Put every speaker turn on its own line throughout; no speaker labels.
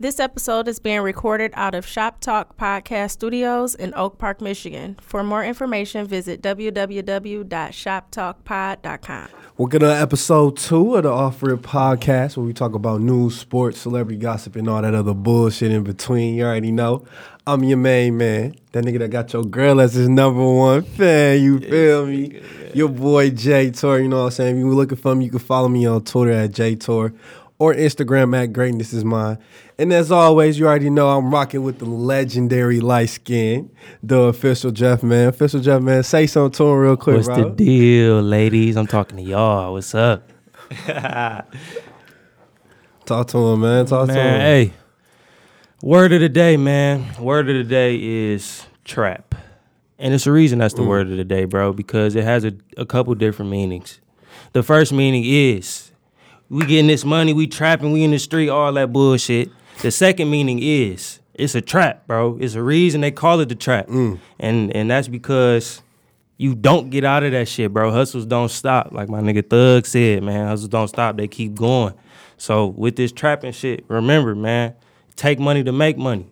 This episode is being recorded out of Shop Talk Podcast Studios in Oak Park, Michigan. For more information, visit www.shoptalkpod.com.
Welcome to episode two of the Off Rip Podcast, where we talk about news, sports, celebrity gossip, and all that other bullshit in between. You already know. I'm your main man, that nigga that got your girl as his number one fan. You feel me? Your boy J Tor. You know what I'm saying? If you looking for me, you can follow me on Twitter at J Tor or Instagram at Greatness Is Mine. And as always, you already know I'm rocking with the legendary light skin, the official Jeff man. Official Jeff man, say something to him real quick,
What's
bro.
the deal, ladies? I'm talking to y'all. What's up?
Talk to him, man. Talk to him.
Man, hey. Word of the day, man. Word of the day is trap. And it's a reason that's the word of the day, bro, because it has a, a couple different meanings. The first meaning is we getting this money, we trapping, we in the street, all that bullshit. The second meaning is it's a trap, bro. It's a reason they call it the trap.
Mm.
And and that's because you don't get out of that shit, bro. Hustles don't stop. Like my nigga Thug said, man, hustles don't stop. They keep going. So with this trapping shit, remember, man, take money to make money.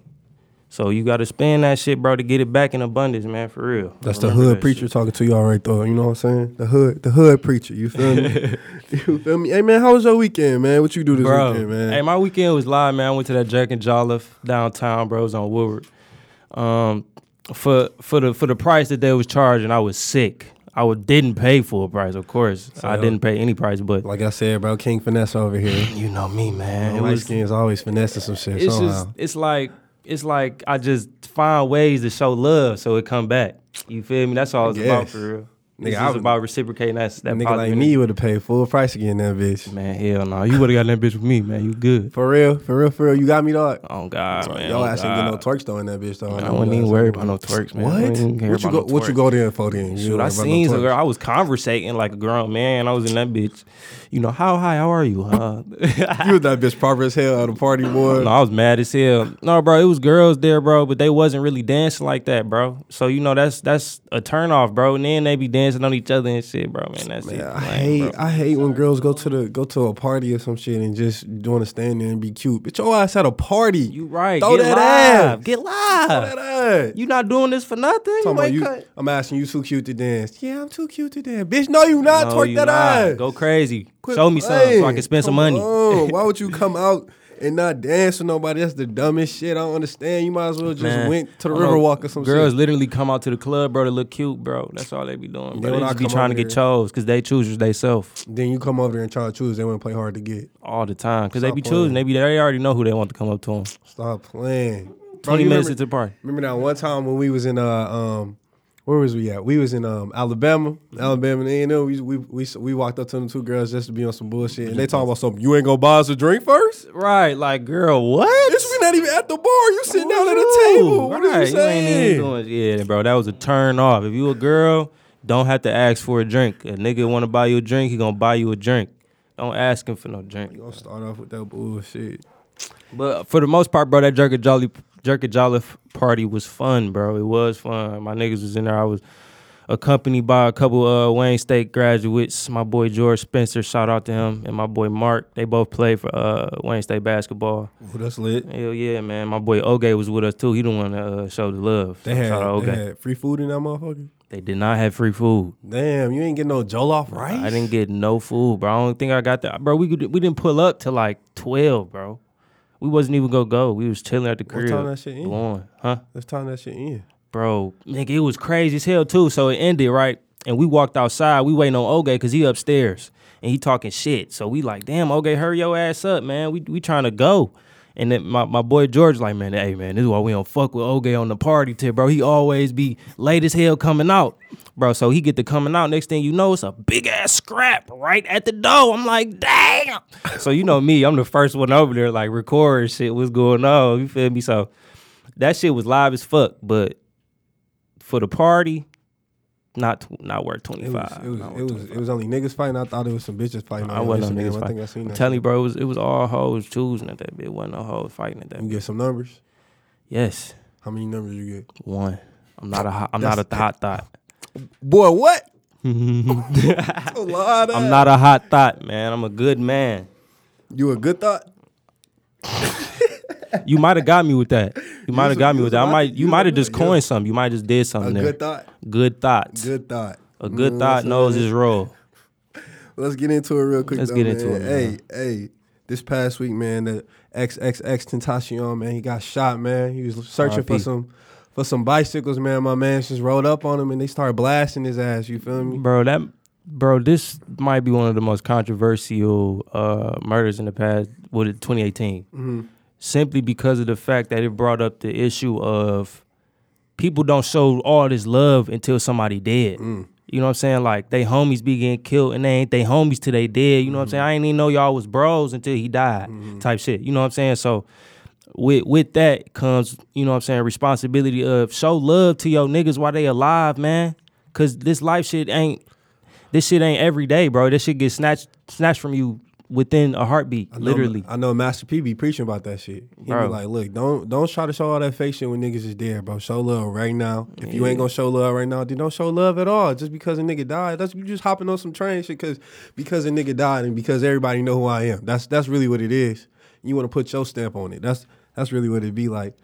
So you gotta spend that shit, bro, to get it back in abundance, man, for real.
That's the
Remember
hood
that
preacher
shit.
talking to y'all right there. You know what I'm saying? The hood, the hood preacher. You feel me? you feel me? Hey man, how was your weekend, man? What you do this
Bro,
weekend, man?
hey, my weekend was live, man. I went to that Jack and Jolliffe downtown, bro. It was on Woodward. Um, for for the for the price that they was charging, I was sick. I wa- didn't pay full price, of course. I
that-
didn't pay any price, but
like I said, bro, King Finesse over here.
you know me, man.
Light
It was,
skin's always finessing some shit uh,
it's
somehow.
just it's like it's like I just find ways to show love so it come back. You feel me? That's all it's about
guess.
for real.
Nigga,
Nigga, it's
I
just
would-
about reciprocating that
a
that
nigga like
positive
me would have paid full price again that bitch.
energy. Man, hell no. You would have gotten that bitch with me, man. You good.
For real, for real, for real. You got me dog.
Oh God, man.
y'all
oh,
ass ain't get no
God.
twerks though in that bitch though.
I
know
wouldn't
y'all
even
ass
worry
ain't
about no twerks, man. I
What?
wouldn't even care
What you go?
about no
What you
twerks.
go there for then? You
Dude,
worry
I
about no
seen a
twerks.
girl. I was conversating like a grown man. I was in that bitch. You know, how high? How are you? Huh?
You was that bitch proper as hell at a party boy.
no, I was mad as hell. No, bro, it was girls there, bro, but they wasn't really dancing like that, bro. So you know that's that's a turnoff, bro. And then they be dancing on each other and shit, bro. Man, that's
Man,
it.
I hate I hate when girls go to the go to a party or some shit and just want to stand there and be cute. Bitch, your ass at a party.
You right.
Throw
Get
that
live.
ass.
Get
Throw
live.
that ass.
You not doing this for nothing.
Talking about
Wake
you-
up.
I'm asking you too cute to dance. Yeah, I'm too cute to dance. Bitch, no, you not.
No,
Twerk
you
that
not.
ass.
Go crazy.
Quit
Show me something so I
playing.
can spend some
Come
money.
on. Why would you come out and not dance with nobody? That's the dumbest shit. I don't understand. You might as well just
Man,
went to the
I know
river walk or some
Girls
shit.
literally come out to the club, bro, to look cute, bro. That's all they be doing,
Then
bro.
when
They
I
just be
come
trying to
over
get
here-
chose because they choosers they self
Then you come over there and try to choose. They want to play hard to get.
all the time because they
Stop
be
playing.
choosing. They be they already know who they want to come up to them.
Stop playing. Bro,
Twenty
you
minutes
remember-
into the party.
Remember that one time when we was in uh um where was we at? We was in um Alabama, Alabama. And you know we we we we walked up to them two girls just to be on some bullshit, and they talking about something. You ain't gonna buy us a drink first?
Right, like girl, what?
Bitch, we not even at the bar. You sitting down at the
Ooh,
table. What are
right,
you saying?
ain't even doing, yeah, bro, that was a turn off. If you a girl, don't have to ask for a drink. A nigga want to buy you a drink, he gonna buy you a drink. Don't ask him for no drink.
Gonna start off with that bullshit.
But for the most part, bro, that Jerk and Jolly Jerk and Jolliffe party was fun, bro. It was fun. My niggas was in there. I was accompanied by a couple uh, Wayne State graduates. My boy George Spencer, shout out to him, and my boy Mark. They both played for uh, Wayne State basketball.
Ooh, that's lit.
Hell yeah, man. My boy Oge was with us too. He the one that uh, showed the love.
They
shout out
had,
Oge.
they had free food in that motherfucker.
They did not have free food.
Damn, you ain't getting no jollof rice.
I didn't get no food, bro. I don't think I got that, bro. We could, we didn't pull up till like twelve, bro. We wasn't even gonna go. We was chilling at the
What
crib.
time that shit end?
blowing, huh?
Let's time that shit in.
bro, nigga, it was crazy as hell too. So it ended right, and we walked outside. We waiting on Oge because he upstairs and he talking shit. So we like, damn, Oge, hurry your ass up, man. We we trying to go. And then my, my boy George like, man, hey man, this is why we don't fuck with Oge on the party tip, bro. He always be late as hell coming out, bro. So he get to coming out. Next thing you know, it's a big ass scrap right at the door. I'm like, damn. so you know me, I'm the first one over there like recording shit. What's going on? You feel me? So that shit was live as fuck, but for the party, not tw- not worth twenty
It was,
five.
it was, it was, it was only niggas fighting. I thought it was some bitches fighting.
I
on
wasn't no
Instagram.
niggas
I think I seen
fighting.
that.
I'm
shit.
telling you, bro, it was it was all hoes choosing at that bit. It wasn't no hoes fighting at that.
You
Bit.
get some numbers.
Yes,
How many numbers you get?
one. I'm not a hot, I'm not a th- hot thought.
Boy, what? That's a lot.
I'm not a hot thought, man. I'm a good man.
You a good thought?
You might have got me with that. You might have
was-
got
you
me
was
with that. I
about-
might.
you
You might have
was-
just
yeah.
coined something. You might just did
A
something there.
good thought.
Good thoughts.
Good thought.
A good
Mm,
thought
so
knows his role.
Let's get into it real quick.
Let's
though,
get
man.
into it, man.
Hey, hey. This past week, man, the XXX Tentacion, man, he got shot, man. He was searching for
RIP.
some for some bicycles, man. My man just rode up on him and they started blasting his ass. You feel me?
Bro, that bro, this might be one of the most controversial uh, murders in the past with it, 2018. Simply because of the fact that it brought up the issue of people don't show all this love until somebody dead. You know what I'm saying? Like they homies be getting killed and they ain't they homies till they dead. You know what I'm saying? I ain't even know y'all was bros until he died. Type shit. You know what I'm saying? So with with that comes, you know what I'm saying, responsibility of show love to your niggas while they alive, man. Cause this life shit ain't this shit ain't every day, bro. This shit gets snatched snatched from you within a heartbeat,
I know-
literally.
I know Master P be preaching about that shit. He
Bro.
be like, look, don't don't try to show all that fake shit when niggas is dead, bro. Show love right now. If you ain't gonna show love right now, then don't show love at all. Just because a nigga died, that's you just hopping on some train shit because because a nigga died and because everybody know who I am. That's that's really what it is. You wanna put your stamp on it. That's that's really what it be like.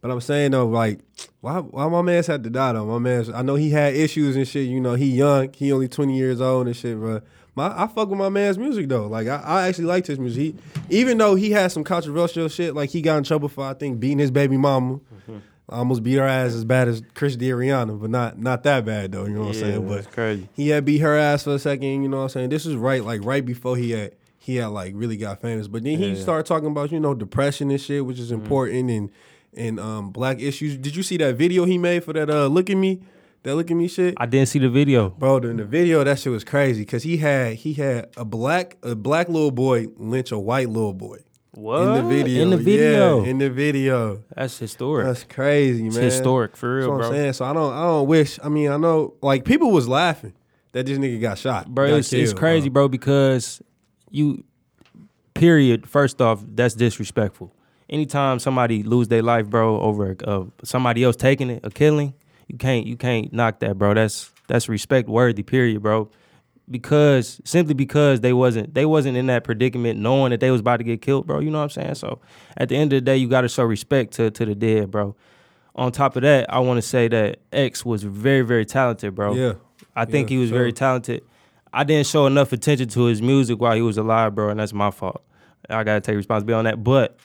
But I'm saying though, like, why why my man's had to die though? My man's I know he had issues and shit, you know, he young, he only 20 years old and shit, bro. My I fuck with my man's music though. Like I, I actually liked his music. He, even though he had some controversial shit, like he got in trouble for I think beating his baby mama.
Mm-hmm.
I almost beat her ass as bad as Chris D. Rihanna, but not not that bad though, you know what
Yeah,
I'm saying?
that's
But
crazy.
he had beat her ass for a second, you know what I'm saying? This is right, like right before he had he had like really got famous. But then he started talking about, you know, depression and shit, which is
Mm-hmm.
important and and um black issues. Did you see that video he made for that uh look at me? That look at me shit?
I didn't see the video.
Bro, in the video, that shit was crazy because he had he had a black a black little boy lynch a white little boy
What?
in the video.
In the
Yeah,
video.
in the video.
That's historic.
That's crazy, man.
it's historic for
That's
real,
what
bro.
I'm saying. So I don't, I don't wish. I mean, I know, like people was laughing that this nigga got shot,
Bro,
got
it's, it's
killed,
crazy,
bro.
bro. because you period, first off, that's disrespectful. Anytime somebody lose their life, bro, over uh, somebody else taking it, a killing, you can't you can't knock that, bro. That's that's respect worthy, period, bro. Because simply because they wasn't they wasn't in that predicament knowing that they was about to get killed, bro. You know what I'm saying? So at the end of the day, you gotta show respect to to the dead, bro. On top of that, I wanna say that X was very, very talented, bro.
Yeah.
I think
Yeah,
he was
sure.
very talented. I didn't show enough attention to his music while he was alive, bro, and that's my fault. I gotta take responsibility on that. But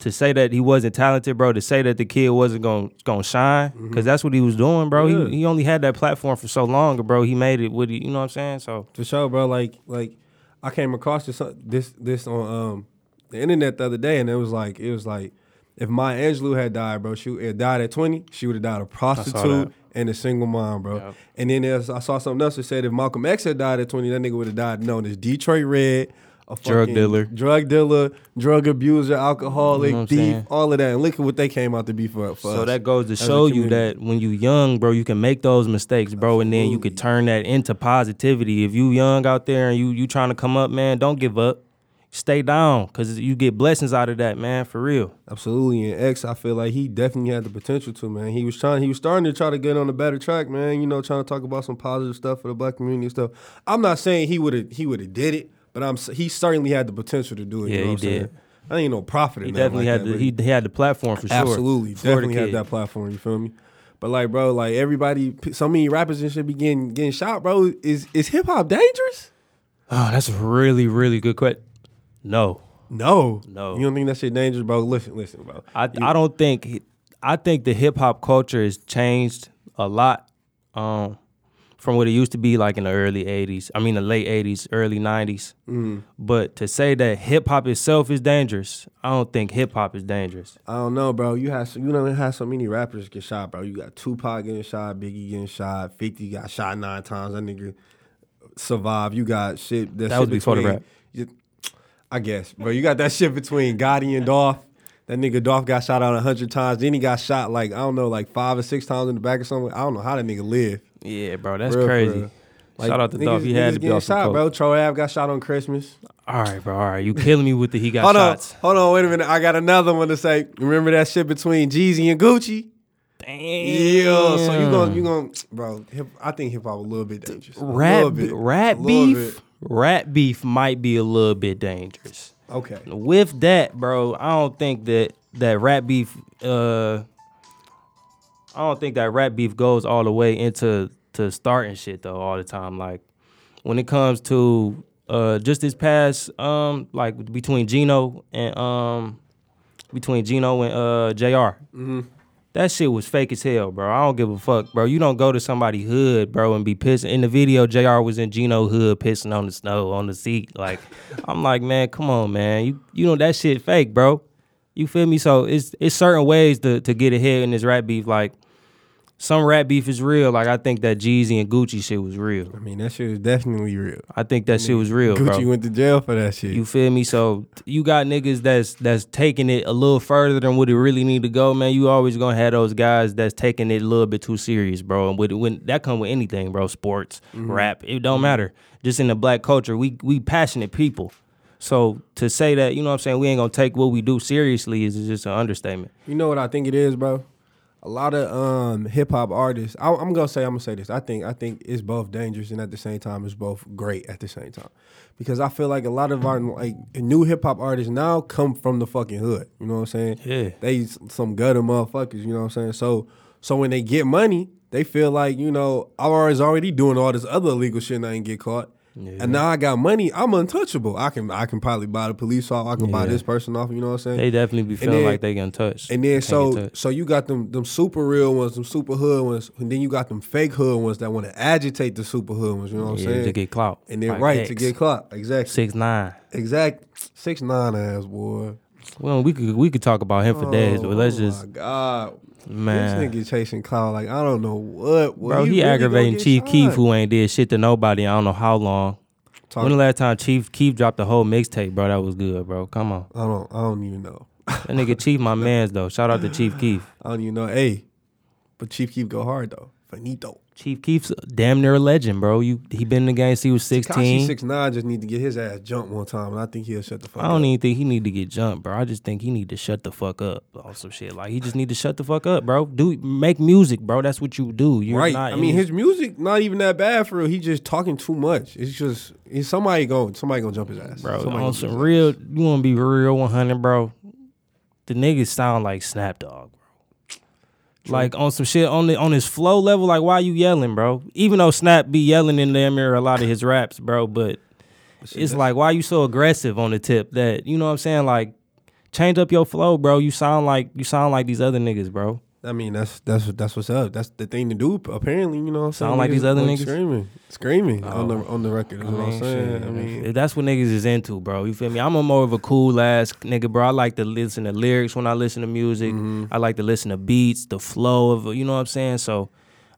to say that he wasn't talented, bro, to say that the kid wasn't gonna gonna shine, because that's what he was doing, bro.
Mm-hmm. Yeah.
He, he only had that platform for so long, bro. He made it with it, you know what I'm saying? So
For sure, bro. Like, like I came across this uh, this this on um the internet the other day, and it was like it was like if Maya Angelou had died, bro, she had died at twenty, she would have died a prostitute and a single mom, bro.
Yep.
And then there's, I saw something else that said if Malcolm X had died at twenty, that nigga would have died known as Detroit Red. A
Drug
fucking
dealer.
drug dealer, drug abuser, alcoholic,
what I'm
thief,
saying?
all of that. And look at what they came out to be for, for us.
so that goes to
as a
show you
community.
that when you young, bro, you can make those mistakes, bro, and then you could turn that into positivity. If you young out there and you you trying to come up, man, don't give up. Stay down, cause you get blessings out of that, man, for real.
Absolutely, and X, I feel like he definitely had the potential to man. He was trying, he was starting to try to get on a better track, man. You know, trying to talk about some positive stuff for the black community and stuff. I'm not saying he would have, he would have did it, but I'm s- he certainly had the potential to do it.
Yeah,
you know
he
what I'm
did.
Saying? I ain't no profit.
He definitely had the, he, he had the platform for sure.
absolutely
Florida
definitely
kid.
had that platform. You feel me? But like, bro, like everybody, p- so many rappers and shit be getting getting shot, bro. Is is hip hop dangerous?
Oh, that's a really really good question. No,
No,
No.
You don't think that shit dangerous, bro? Listen, listen, bro.
I I don't think he- I think the hip hop culture has changed a lot um, from what it used to be like in the early '80s. I mean the late '80s, early '90s.
Mm.
But to say that hip hop itself is dangerous, I don't think hip hop is dangerous.
I don't know, bro. You had so, you don't have so many rappers get shot, bro. You got Tupac getting shot, Biggie getting shot, Fifty got shot nine times. That nigga survived. You got shit. That,
That
shit
was before the
between-
rap.
you- I guess, bro. You got that shit between Gotti and Dolph. That nigga Dolph got shot out a hundred times. Then he got shot like I don't know, like five or six times in the back or something. I don't know how that nigga live.
Yeah, bro, that's
For real, for
crazy.
real. Like,
Shout out to
niggas-
Dolph. He
niggas
had to be
getting
off some
shot,
coke.
bro. Troy Ave got shot on Christmas.
All right, bro. All right, you killing me with the he got
Hold
shots.
on, hold on, wait a minute. I got another one to say. Remember that shit between Jeezy and Gucci?
Damn.
Yeah, so you gonna you gonna bro? Hip, I think hip hop a little bit dangerous. A little
rat
bit. A
rat
little
beef rat beef might be a little bit dangerous
bit. Okay,
with that bro i don't think that that rap beef. Uh, I don't think that rap beef goes all the way into to starting shit though all the time. Like when it comes to uh, just this past um, like between Gino and um, between Gino and uh, junior That shit was fake as hell, bro. I don't give a fuck, bro. You don't go to somebody hood, bro, and be pissing. In the video, Jr. was in Gino hood pissing on the snow on the seat. Like, I'm like, man, come on, man. You you know that shit fake, bro. You feel me? So it's it's certain ways to to get ahead in this rap beef. Like, some rap beef is real. Like, I think that Jeezy and Gucci shit was real.
I mean, that shit is definitely real.
I think that shit was real, bro.
Gucci went to jail for that shit.
You feel me? So you got niggas that's that's taking it a little further than what it really need to go, man. You always gonna have those guys that's taking it a little bit too serious, bro. And with when that come with anything, bro, sports,
Mm-hmm.
rap, it don't matter. Just in the black culture, we we passionate people. So to say that, you know what I'm saying, we ain't gonna take what we do seriously is just an understatement.
You know what I think it is, bro. A lot of um, hip hop artists. I, I'm gonna say I'm gonna say this. I think I think it's both dangerous and at the same time it's both great at the same time, because I feel like a lot of our like new hip hop artists now come from the fucking hood. You know what I'm saying?
Yeah.
They s- some gutter motherfuckers. You know what I'm saying? So so when they get money, they feel like you know I was already doing all this other illegal shit and I didn't get caught. And now I got money. I'm untouchable. I can I can probably buy the police off. I can buy
Yeah.
this person off. You know what I'm saying?
They definitely be feeling
then-
like they getting touched.
And then
Can't get
so
touched.
so you got them them super real ones, them super hood ones, and then you got them fake hood ones that want to agitate the super hood ones. You know what I'm
yeah,
saying?
to get clout.
and they're
Like
right to
X.
get clocked. Exactly.
six nine.
Exact. Six nine ass boy.
Well, we could we could talk about him for days, but let's
oh
just
my god,
man.
this nigga chasing clout like I don't know what. Well,
Bro, he,
really
aggravating
gonna get
Chief
shot.
Keef, who ain't did shit to nobody. I don't know how long.
Talk-
When the last time Chief Keef dropped the whole mixtape, bro? That was good, bro. Come on,
I don't. I don't even know.
that nigga Chief, my man's though. Shout out to Chief Keef.
I don't even know. Hey, but Chief keep go hard though. Finito.
Chief Keef's damn near a legend, bro. You he been in the game since he was sixteen.
Six nine just need to get his ass jumped one time, and I think he'll shut the fuck
I don't
up.
even think he need to get jumped, bro. I just think he need to shut the fuck up on some shit. Like he just need to shut the fuck up, bro. Do make music, bro. That's what you do. You're
right.
Not
I mean,
in-
his music not even that bad for real. He just talking too much. It's just it's somebody going somebody gonna jump his ass,
bro.
Somebody
on
gonna
some
jump his
real, you want to be real, one hundred, bro. The niggas sound like Snap Dogg, bro. Like on some shit on the on his flow level. Like why you yelling, bro? Even though Snap be yelling in damn near a lot of his raps, bro. But it's like why you so aggressive on the tip that you know what I'm saying? Like change up your flow, bro. You sound like you sound like these other niggas, bro.
I mean, that's that's that's what's up. That's the thing to do. Apparently, you know. What I'm saying?
Sound like these other
like
niggas? Oh.
screaming, screaming on the on the record. Is what I'm saying.
shit,
I
if-
mean,
if that's what niggas is into, bro. You feel me? I'm a more of a cool ass nigga, bro. I like to listen to lyrics when I listen to music.
Mm-hmm.
I like to listen to beats, the flow of, you know what I'm saying? So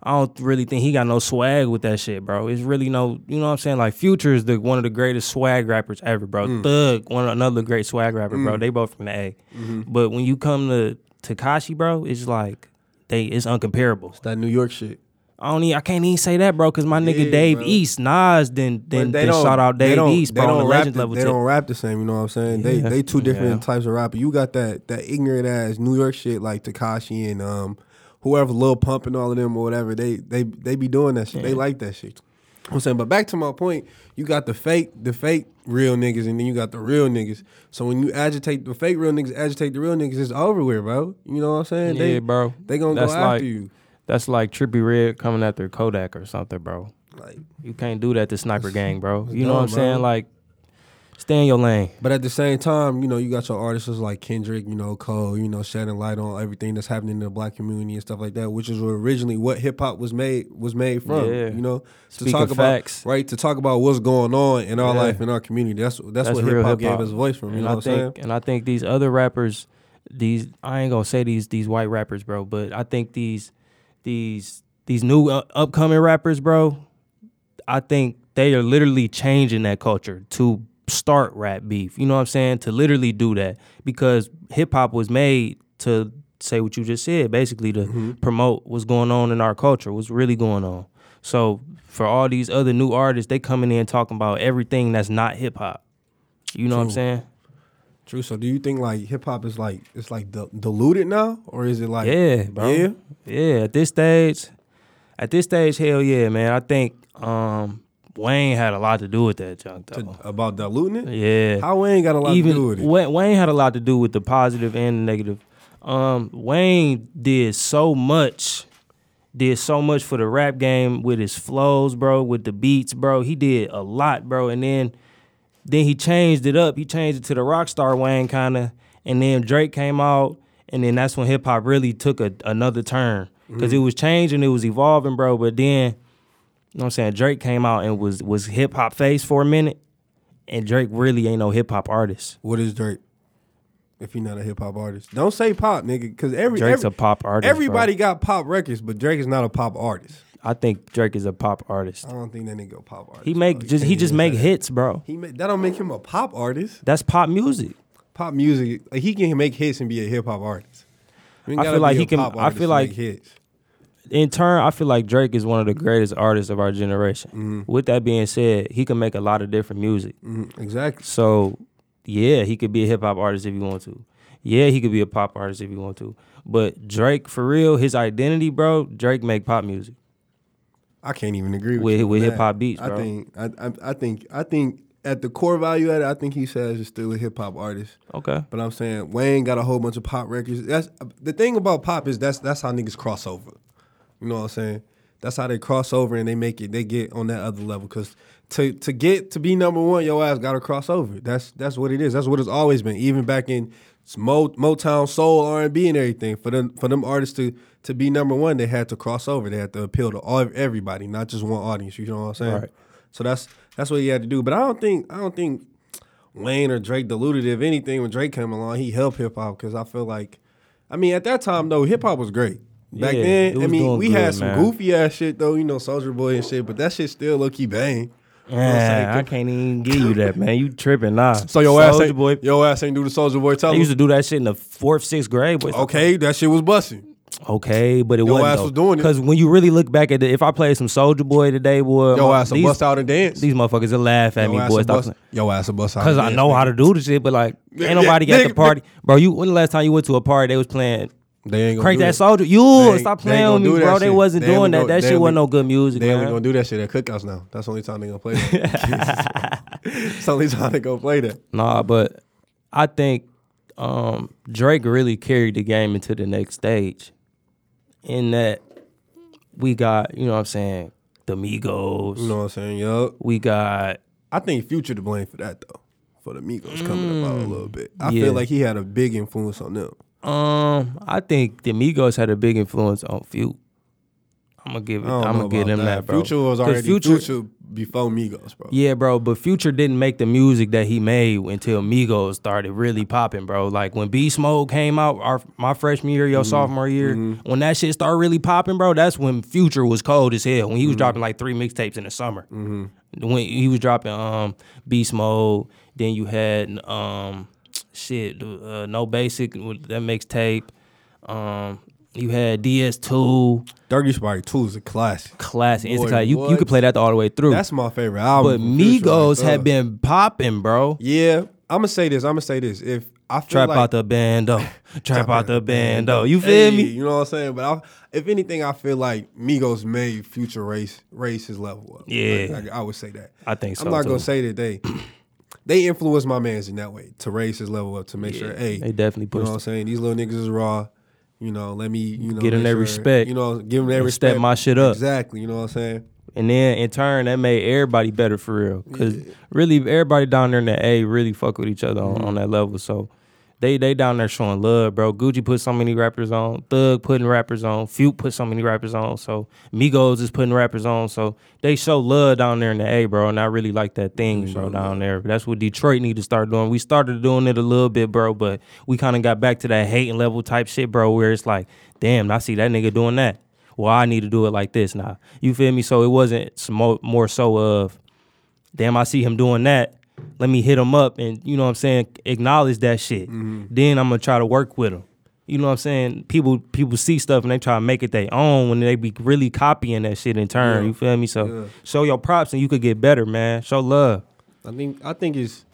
I don't really think he got no swag with that shit, bro. It's really no, you know what I'm saying? Like Future is the one of the greatest swag rappers ever, bro.
Mm.
Thug, one another great swag rapper, bro. They both from the A.
Mm-hmm.
But when you come to Takashi, bro, it's like they it's uncomparable.
that New York shit.
I don't. Even, I can't even say that, bro, because my nigga
Yeah,
Dave
bro.
East, Nas, then then,
But they
then
don't-
shout out
they
Dave
don't-
East,
they
bro, on the
don't rap
legend
the-
level.
They
tip.
don't rap the same. You know what I'm saying? They
Yeah.
they two different
Yeah.
types of rapper. You got that that ignorant ass New York shit like Takashi and um whoever Lil Pump and all of them or whatever. They they they be doing that shit. They like that shit. I'm saying, but back to my point, you got the fake, the fake real niggas, and then you got the real niggas. So when you agitate the fake real niggas, agitate the real niggas, it's over with, bro. You know what I'm saying?
Yeah,
they,
bro.
They gonna
That's
go after
like-
you.
That's like Trippy Red coming after Kodak or something, bro.
Like,
You can't do that to Sniper Gang, bro.
dumb,
You know what I'm
bro.
saying? Like, stay in your lane.
But at the same time, you know, you got your artists like Kendrick, you know, Cole, you know, shedding light on everything that's happening in the black community and stuff like that, which is originally what hip hop was made was made from.
Yeah.
You know,
Speaking
about
facts.
right to talk about what's going on in our
Yeah.
life in our community. That's that's, what hip
real
hop gave
hip-hop.
us voice from. You
and
know
I
what
think,
I'm saying?
And I think these other rappers, these I ain't gonna say these these white rappers, bro, but I think these these these new uh, upcoming rappers, bro. I think they are literally changing that culture to start rap beef. You know what I'm saying? To literally do that because hip hop was made to say what you just said, basically to
Mm-hmm.
promote what's going on in our culture, what's really going on. So for all these other new artists, they coming in talking about everything that's not hip hop. You know what I'm
True.
saying?
True. So do you think like hip hop is like it's like dil- diluted now, or is it like
Yeah, bro.
Yeah.
Yeah, at this stage, at this stage, hell yeah, man. I think um, Wayne had a lot to do with that junk,
To-
though.
about diluting it?
yeah.
How we ain't got a lot
Even
to do with it?
Wa- Wayne had a lot to do with the positive and the negative Um, Wayne did so much, did so much for the rap game with his flows, bro, with the beats, bro. He did a lot, bro. And then then he changed it up. He changed it to the rock star Wayne kinda. And then Drake came out, and then that's when hip hop really took a, another turn. Cause it was changing, it was evolving, bro. But then, you know what I'm saying, Drake came out and was was hip hop face for a minute. And Drake really ain't no hip hop artist.
What is Drake? If you're not a hip hop artist, don't say pop, nigga, because every
Drake's
every-
a pop artist, bro.
Everybody got pop records, but Drake is not a pop artist.
I think Drake is a pop artist.
I don't think that nigga a pop artist.
He make
bro.
just he
Can't
just
even
make
say that.
hits, bro.
He make, that don't make him a pop artist.
That's pop music.
Pop music, like, he can make hits and be a hip hop artist. You ain't
I
gotta
feel like
be a
he can-
pop
I
artist
feel
to
like-
make hits.
In turn, I feel like Drake is one of the greatest artists of our generation. With that being said, he can make a lot of different music.
Mm, exactly.
So, yeah, he could be a hip hop artist if you want to. Yeah, he could be a pop artist if you want to. But Drake, for real, his identity, bro. Drake make pop music.
I can't even agree with
With-
you on
with
that.
hip-hop beats,
I
bro.
think I, I I think I think at the core value at it, I think he says is still a hip hop artist.
Okay.
But I'm saying Wayne got a whole bunch of pop records. That's the thing about pop is that's that's how niggas cross over. You know what I'm saying? That's how they cross over and they make it. They get on that other level because to to get to be number one, your ass got to cross over. That's that's what it is. That's what it's always been. Even back in s- Mo, Motown, soul, R and B, and everything. For them for them artists to to be number one, they had to cross over. They had to appeal to all everybody, not just one audience. You know what I'm saying?
Right.
So that's that's what he had to do. But I don't think I don't think Wayne or Drake diluted it. If anything, when Drake came along, he helped hip hop because I feel like, I mean, at that time though, hip hop was great. Back
Yeah, it
then, I
was
mean,
doing
we
good,
had some
man.
goofy ass shit though, you know, Soldier Boy and shit, but that shit still low key bang. You know what I'm saying?
Yeah, I can't even give you that, man. You tripping, nah.
So your ass,
Soulja
ain't,
boy.
your ass ain't do the Soldier Boy
I
tell
used to do that shit in the fourth, sixth grade. Boy.
Okay, that shit was busting.
Okay, but it
Your
wasn't
ass was doing it.
Because when you really look back at it, if I played some Soldier Boy today, boy,
Yo
my-
ass will
these,
bust out and dance.
these motherfuckers will laugh at
Yo
me,
ass
boy.
will
Stop
bust- Yo ass will bust out.
Because
and
I
dance,
know
nigga.
how to do this shit, but like,
Yeah,
ain't nobody
yeah,
at the
nigga,
party, bro. You when the last time you went to a party, they was playing
They ain't gonna
crank
do
that Soldier. You
ain't-
stop
they ain't
playing with
gonna
me,
do that
bro. They
shit.
wasn't
They ain't
doing that.
gonna-
That
they
shit
ain't
wasn't
gonna-
no good music,
They only
man.
gonna do that shit at cookouts now. That's the only time they gonna play that. it's the only time they gonna play that.
Nah, but I think um, Drake really carried the game into the next stage. In that we got, you know what I'm saying, the Migos.
You know what I'm saying? Yo,
We got
I think Future to blame for that though. For the Migos coming up out a little bit, I
Mm, Yeah.
feel like he had a big influence on them.
um I think the Migos had a big influence on Future. I'm gonna give it
I don't
I'm
know
gonna give
about
them that, bro.
Future was
'Cause
already
Future-
Future, before Migos, bro.
Yeah, bro, but Future didn't make the music that he made until Migos started really popping, bro. Like when B Smoke came out, our my freshman year,
Mm-hmm.
your sophomore year, when that shit started really popping, bro, that's when Future was cold as hell. When he was
Mm-hmm.
dropping like three mixtapes in the summer, when he was dropping um B Smoke, then you had um shit uh, No Basic with that mixtape, um you had DS Two
Dirty Sprite Two is a classic.
classic,
Boy,
Instaclass. You you
what?
could play that all the way through.
That's my favorite album.
But
from Future,
Migos
like, uh,
have been popping, bro.
Yeah, I'm gonna say this. I'm gonna say this. If I feel
Trap
like,
out the bando. Trap out the bando. You
Hey,
feel me?
You know what I'm saying? But I, if anything, I feel like Migos made Future race raise his level up.
Yeah.
Like, I, I would say that.
I think so,
I'm not
too.
gonna say that they they influenced my man's in that way to raise his level up to make sure. Hey,
They definitely
You know
pushed
what I'm saying? These little niggas is raw. You know, let me you know
Get 'em
make
that respect.
You know, give them that
And step
respect.
my shit up.
Exactly. You know what I'm saying?
And then in turn, that made everybody better for real. Cause really, everybody down there in the A really fuck with each other on, on that level. So they they down there showing love, bro. Gucci put so many rappers on. Thug putting rappers on. Fuke put so many rappers on. So Migos is putting rappers on. So they show love down there in the A, bro. And I really like that thing, bro, down there. That's what Detroit need to start doing. We started doing it a little bit, bro, but we kind of got back to that hating level type shit, bro, where it's like, damn, I see that nigga doing that well, I need to do it like this now. You feel me? So it wasn't some more, more so of, damn, I see him doing that. Let me hit him up and, you know what I'm saying, acknowledge that shit.
Mm-hmm.
Then I'm going to try to work with him. You know what I'm saying? People people see stuff and they try to make it their own when they be really copying that shit in turn. You feel me? So show your props and you could get better, man. Show love.
I think I think it's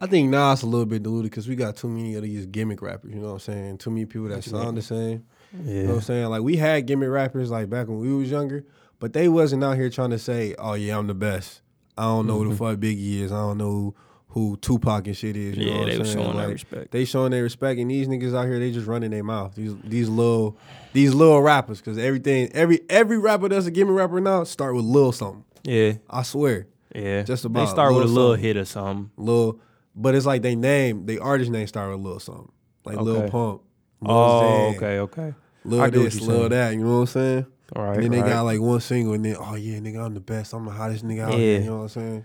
I think Nas a little bit diluted because we got too many of these gimmick rappers. You know what I'm saying? Too many people that sound the same. You know what I'm saying? Like we had gimmick rappers like back when we was younger, but
Mm-hmm.
they wasn't out here trying to say, "Oh yeah, I'm the best. I don't know who the fuck Biggie is. I don't know who Tupac and shit is. You know
Yeah,
what
they
I'm
was
saying?
showing their
Like,
respect.
They showing their respect, and these niggas out here, they just running their mouth. These these little these little rappers, because everything every every rapper that's a gimmick rapper now start with little something.
Yeah,
I swear,
yeah.
Just
They
about
start with a
Lil
little
something.
hit or something.
little. But it's like they name, they artist name start with little something, like Lil
Okay.
Pump. Lil
Oh,
Xan,
okay, okay. I
Lil
get what
this,
you're
Lil
saying.
that. You know what I'm saying?
All right,
And then they
right.
got like one single, and then oh yeah, nigga, I'm the best. I'm the hottest nigga out
Yeah.
here. You know what I'm saying?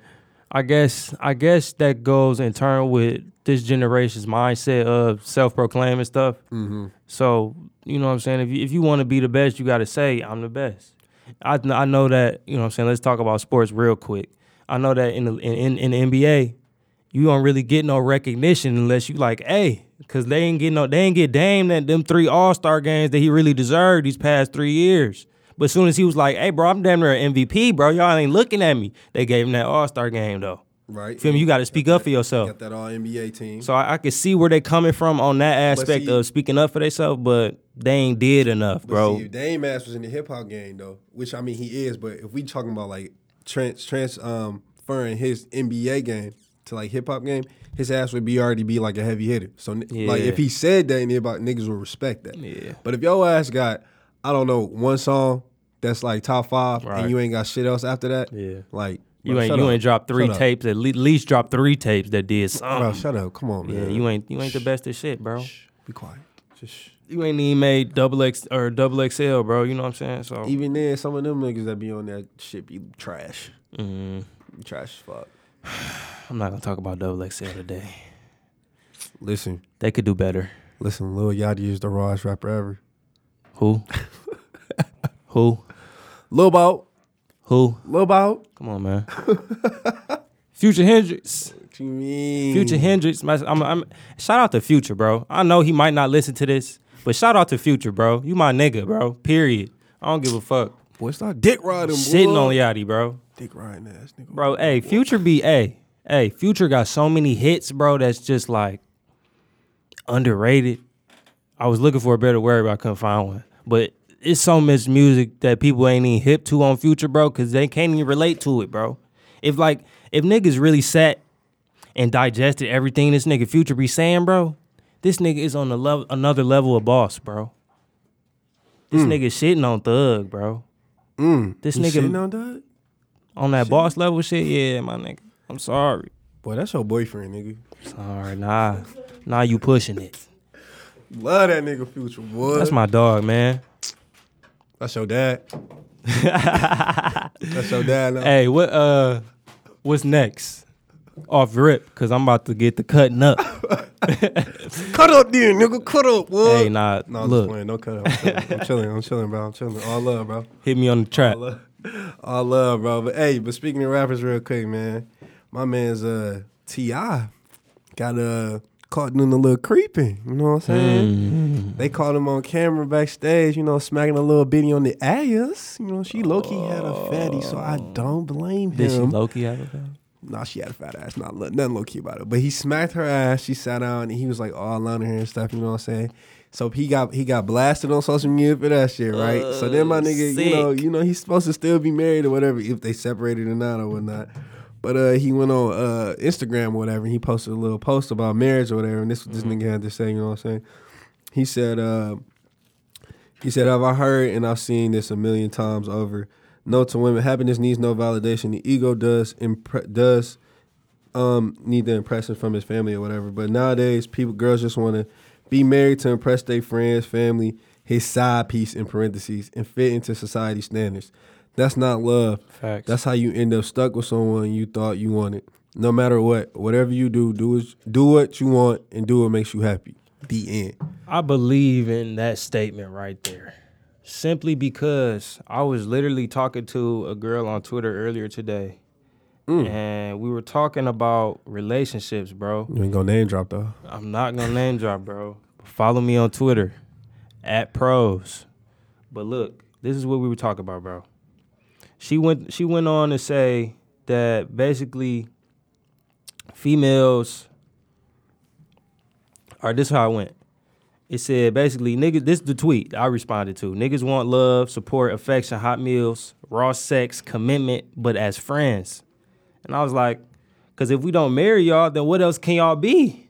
I guess I guess that goes in turn with this generation's mindset of self-proclaiming stuff. Mm-hmm. So you know what I'm saying. If you if you want to be the best, you got to say I'm the best. I kn- I know that you know what I'm saying. Let's talk about sports real quick. I know that in the in, in, in the NBA, you don't really get no recognition unless you like hey, because they ain't get no they ain't get Dame that them three All Star games that he really deserved these past three years. But as soon as he was like, hey, bro, I'm damn near an MVP, bro. Y'all ain't looking at me. They gave him that All Star game though.
Right.
Feel me? You got to speak up for yourself.
Got that all NBA team.
So I, I can see where they coming from on that aspect
see-
of speaking up for themselves, but they ain't did enough, bro.
See, if Dame Ass was in the hip hop game though, which I mean he is, but if we talking about like trans transferring his NBA game to like hip hop game, his ass would be already be like a heavy hitter. So n like
Yeah.
if he said that in hip hop, niggas would respect that.
Yeah.
But if your ass got, I don't know, one song that's like top five,
Right.
and you ain't got shit else after that,
Yeah.
like
you
bro,
ain't
shut
you
up.
ain't dropped three
Shut up.
tapes at le- least dropped three tapes that did
Bro,
something.
shut up! Come on, man.
um, yeah, you ain't you ain't the best at shit, bro.
Shh, be quiet. Just. shh.
You ain't even made double X or double XL, bro. You know what I'm saying? So
Even then, some of them niggas that be on that shit be trash.
Mm-hmm.
Trash as fuck.
I'm not gonna talk about double XL today.
Listen,
They could do better.
listen, Lil Yachty is the rawest rapper ever.
Who? Who?
Lil Bout,
Who?
Lil Bout.
Come on, man. Future Hendrix.
What you mean?
Future Hendrix, my, I'm, I'm, shout out to Future, bro. I know he might not listen to this, but shout out to Future, bro. You my nigga, bro. Period. I don't give a fuck.
Boy, start dick riding, boy.
Shitting on Yachty, bro.
Dick riding ass nigga.
Bro, hey, Future be, hey, hey, Future got so many hits, bro, that's just like underrated. I was looking for a better word, but I couldn't find one. But it's so much music that people ain't even hip to on Future, bro, because they can't even relate to it, bro. If like, if niggas really sat and digested everything this nigga Future be saying, bro, this nigga is on the level, another level of boss, bro. This nigga shitting on Thug, bro. This
Mm. You
nigga
shitting on that?
on that boss level shit, yeah, my nigga. I'm sorry.
Boy, that's your boyfriend, nigga.
Sorry, nah. Nah, you pushing it.
Love that nigga Future, boy.
That's my dog, man.
That's your dad. that's your dad. Now.
Hey, what uh what's next? Off rip, cause I'm about to get the cutting up.
Cut up, there, nigga. Cut up, boy.
hey, nah,
No, I'm just
look,
playing. Don't cut up. I'm chilling. I'm chilling, I'm chilling bro. I'm chilling. All love, bro.
hit me on the trap.
love, I love, bro. But hey, but speaking of rappers, real quick, man, my man's uh Ti got uh caught doing a little creeping. You know what I'm saying?
Mm. Mm-hmm.
They caught him on camera backstage. You know, smacking a little bitty on the ass. You know, she low key had a fatty, so I don't blame him.
Did she Loki out of that?
Nah, she had a fat ass. Not lo- nothing low key about it. But he smacked her ass. She sat down, and he was like all on her and stuff. You know what I'm saying? So he got he got blasted on social media for that shit, right? so then my
Uh,
nigga, you know,
sick.
you know, he's supposed to still be married or whatever if they separated or not or whatnot. But uh, he went on uh, Instagram or whatever, and he posted a little post about marriage or whatever. And this this nigga had to say, you know what I'm saying? He said. Uh, he said, Have I heard and I've seen this a million times over? No to women. Happiness needs no validation. The ego does impre- does um need the impression from his family or whatever. But nowadays, people girls just want to be married to impress their friends, family, his side piece in parentheses, and fit into society standards. That's not love.
Facts.
That's how you end up stuck with someone you thought you wanted. No matter what, whatever you do, do is, do what you want and do what makes you happy. The end.
I believe in that statement right there. Simply because I was literally talking to a girl on Twitter earlier today. Mm. And we were talking about relationships, bro.
You ain't gonna name drop though.
I'm not gonna name drop, bro. Follow me on Twitter at pros. But look, this is what we were talking about, bro. She went she went on to say that basically females or this is how it went. It said basically niggas this is the tweet I responded to. Niggas want love, support, affection, hot meals, raw sex, commitment, but as friends. And I was like, Cause if we don't marry y'all, then what else can y'all be?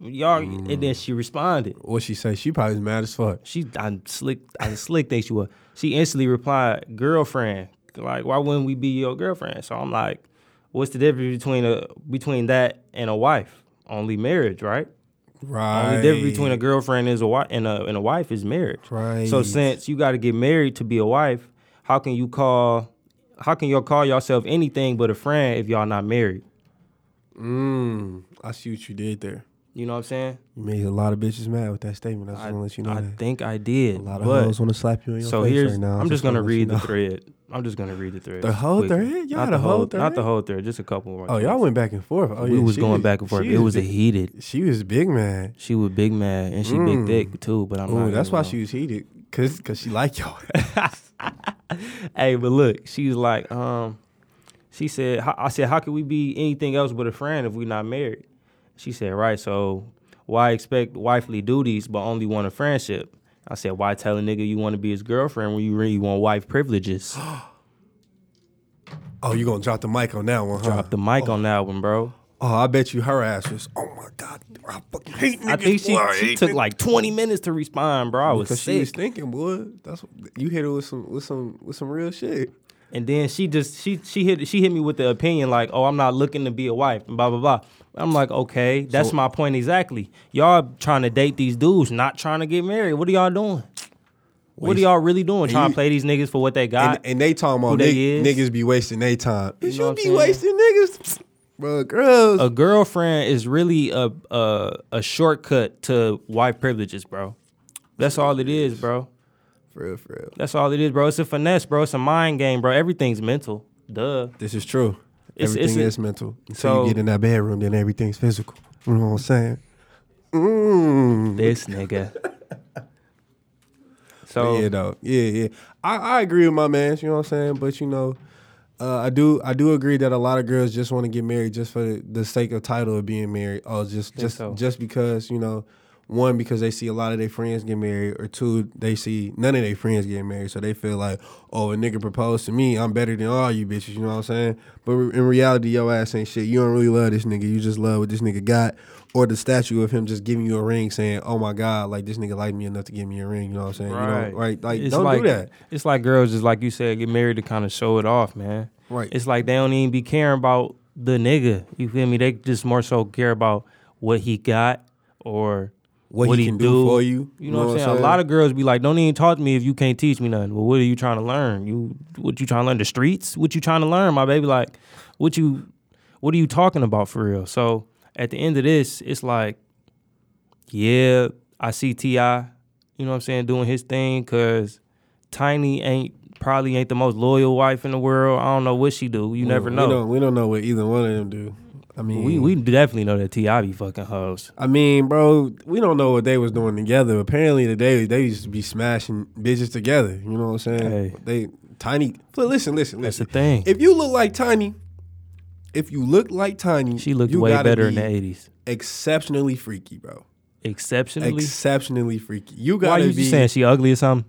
Y'all and
Mm.
then she responded.
What she say? She probably is mad as fuck.
She I slick I slick think she was. She instantly replied, girlfriend. Like, why wouldn't we be your girlfriend? So I'm like, what's the difference between a between that and a wife? Only marriage, right?
Right.
Only difference between a girlfriend is a wife and a and a wife is marriage.
Right.
So since you got to get married to be a wife, how can you call? How can y'all call yourself anything but a friend if y'all not married?
Mm, I see what you did there.
You know what I'm saying?
You made a lot of bitches mad with that statement. I just want to let you know
I
that.
think I did.
a lot of
but,
hoes want to slap you in your
So
face
here's
right now. I
I'm just gonna
wanna let you
read the
know.
thread. I'm just gonna read the thread.
The whole
quickly.
thread? Y'all
not
had
the
a whole
Not the
thread?
whole thread. Just a couple more.
Oh, y'all
things.
went back and forth. Oh,
We
yeah,
was
she
going back and forth.
she
It was a
big-
heated.
She was big man.
She was big mad and she
Mm.
big thick too. But I'm
Oh,
not.
that's
gonna
why
lie.
she was heated. Cause, cause she like y'all.
hey, but look, she was like, um, she said, h- I said, how can we be anything else but a friend if we're not married? She said, right. So why expect wifely duties but only want a friendship? I said, why tell a nigga you want to be his girlfriend when you really want wife privileges?
Oh, you gonna drop the mic on that one, huh?
Drop the mic on that one, bro.
Oh, I bet you her ass was. Oh my god, I fucking hate niggas.
I think she,
boy, I
she
hate
took
niggas."
like 20 minutes to respond, bro. I was
Cause she
sick.
was thinking, boy. That's you hit her with some with some with some real shit.
And then she just she she hit she hit me with the opinion like, oh, I'm not looking to be a wife and blah blah blah. I'm like, okay, that's my point exactly. Y'all trying to date these dudes, not trying to get married. What are y'all doing? What are
Waste-
y'all really doing?
And
Trying
you-
to play these niggas for what they got?
and, and they talking about
who they
nigg-
is.
niggas be wasting their time. You,
know
you
what
be
I'm saying?
wasting niggas, bro. Girls,
a girlfriend is really a a, a shortcut to wife privileges, bro. That's all it is, bro.
for real, for real.
That's all it is, bro. It's a finesse, bro. It's a mind game, bro. Everything's mental. Duh.
This is true.
It's-
Everything
it's a-
is mental. Until
So-
you get in that bedroom, then everything's physical. You know what I'm saying? Mm.
This nigga. So
yeah, though. Yeah, yeah. I, I agree with my man. You know what I'm saying? But you know, uh, I do I do agree that a lot of girls just want to get married just for the, the sake of title of being married. Oh, just just
so.
just because you know, one because they see a lot of their friends get married, or two they see none of their friends getting married, so they feel like oh a nigga proposed to me, I'm better than all you bitches. You know what I'm saying? But re- in reality, your ass ain't shit. You don't really love this nigga. You just love what this nigga got. Or the statue of him just giving you a ring, saying, "Oh my God, like this nigga liked me enough to give me a ring." You know what I'm saying? You
Right.
know, right? Like,
It's
don't do that.
It's like girls just like you said, get married to kind of show it off, man.
Right.
It's like they don't even be caring about the nigga. You feel me? They just more so care about what he got or
What
what,
he
he,
can do
do.
for you.
You know, what I'm saying? A lot of girls be like, "Don't even talk to me if you can't teach me nothing." Well, what are you trying to learn? You what you trying to learn? The streets? What you trying to learn, my baby? Like, what you what are you talking about for real? So at the end of this, it's like, yeah, I see Ti. You know what I'm saying? Doing his thing because Tiny ain't probably ain't the most loyal wife in the world. I don't know what she do. You never
We
know.
don't, we don't know what either one of them do. I mean,
We we definitely know that Ti be fucking hoes.
I mean, bro, we don't know what they was doing together. Apparently, today they used to be smashing bitches together. You know what I'm saying?
Hey.
They tiny. But listen, listen,
That's the
listen.
thing.
If you look like Tiny, if you look like Tiny,
She looked
you
way
gotta
better in
be
the '80s.
Exceptionally freaky, bro.
Exceptionally.
Exceptionally freaky. You
Why
gotta
you
be
just saying she ugly or something?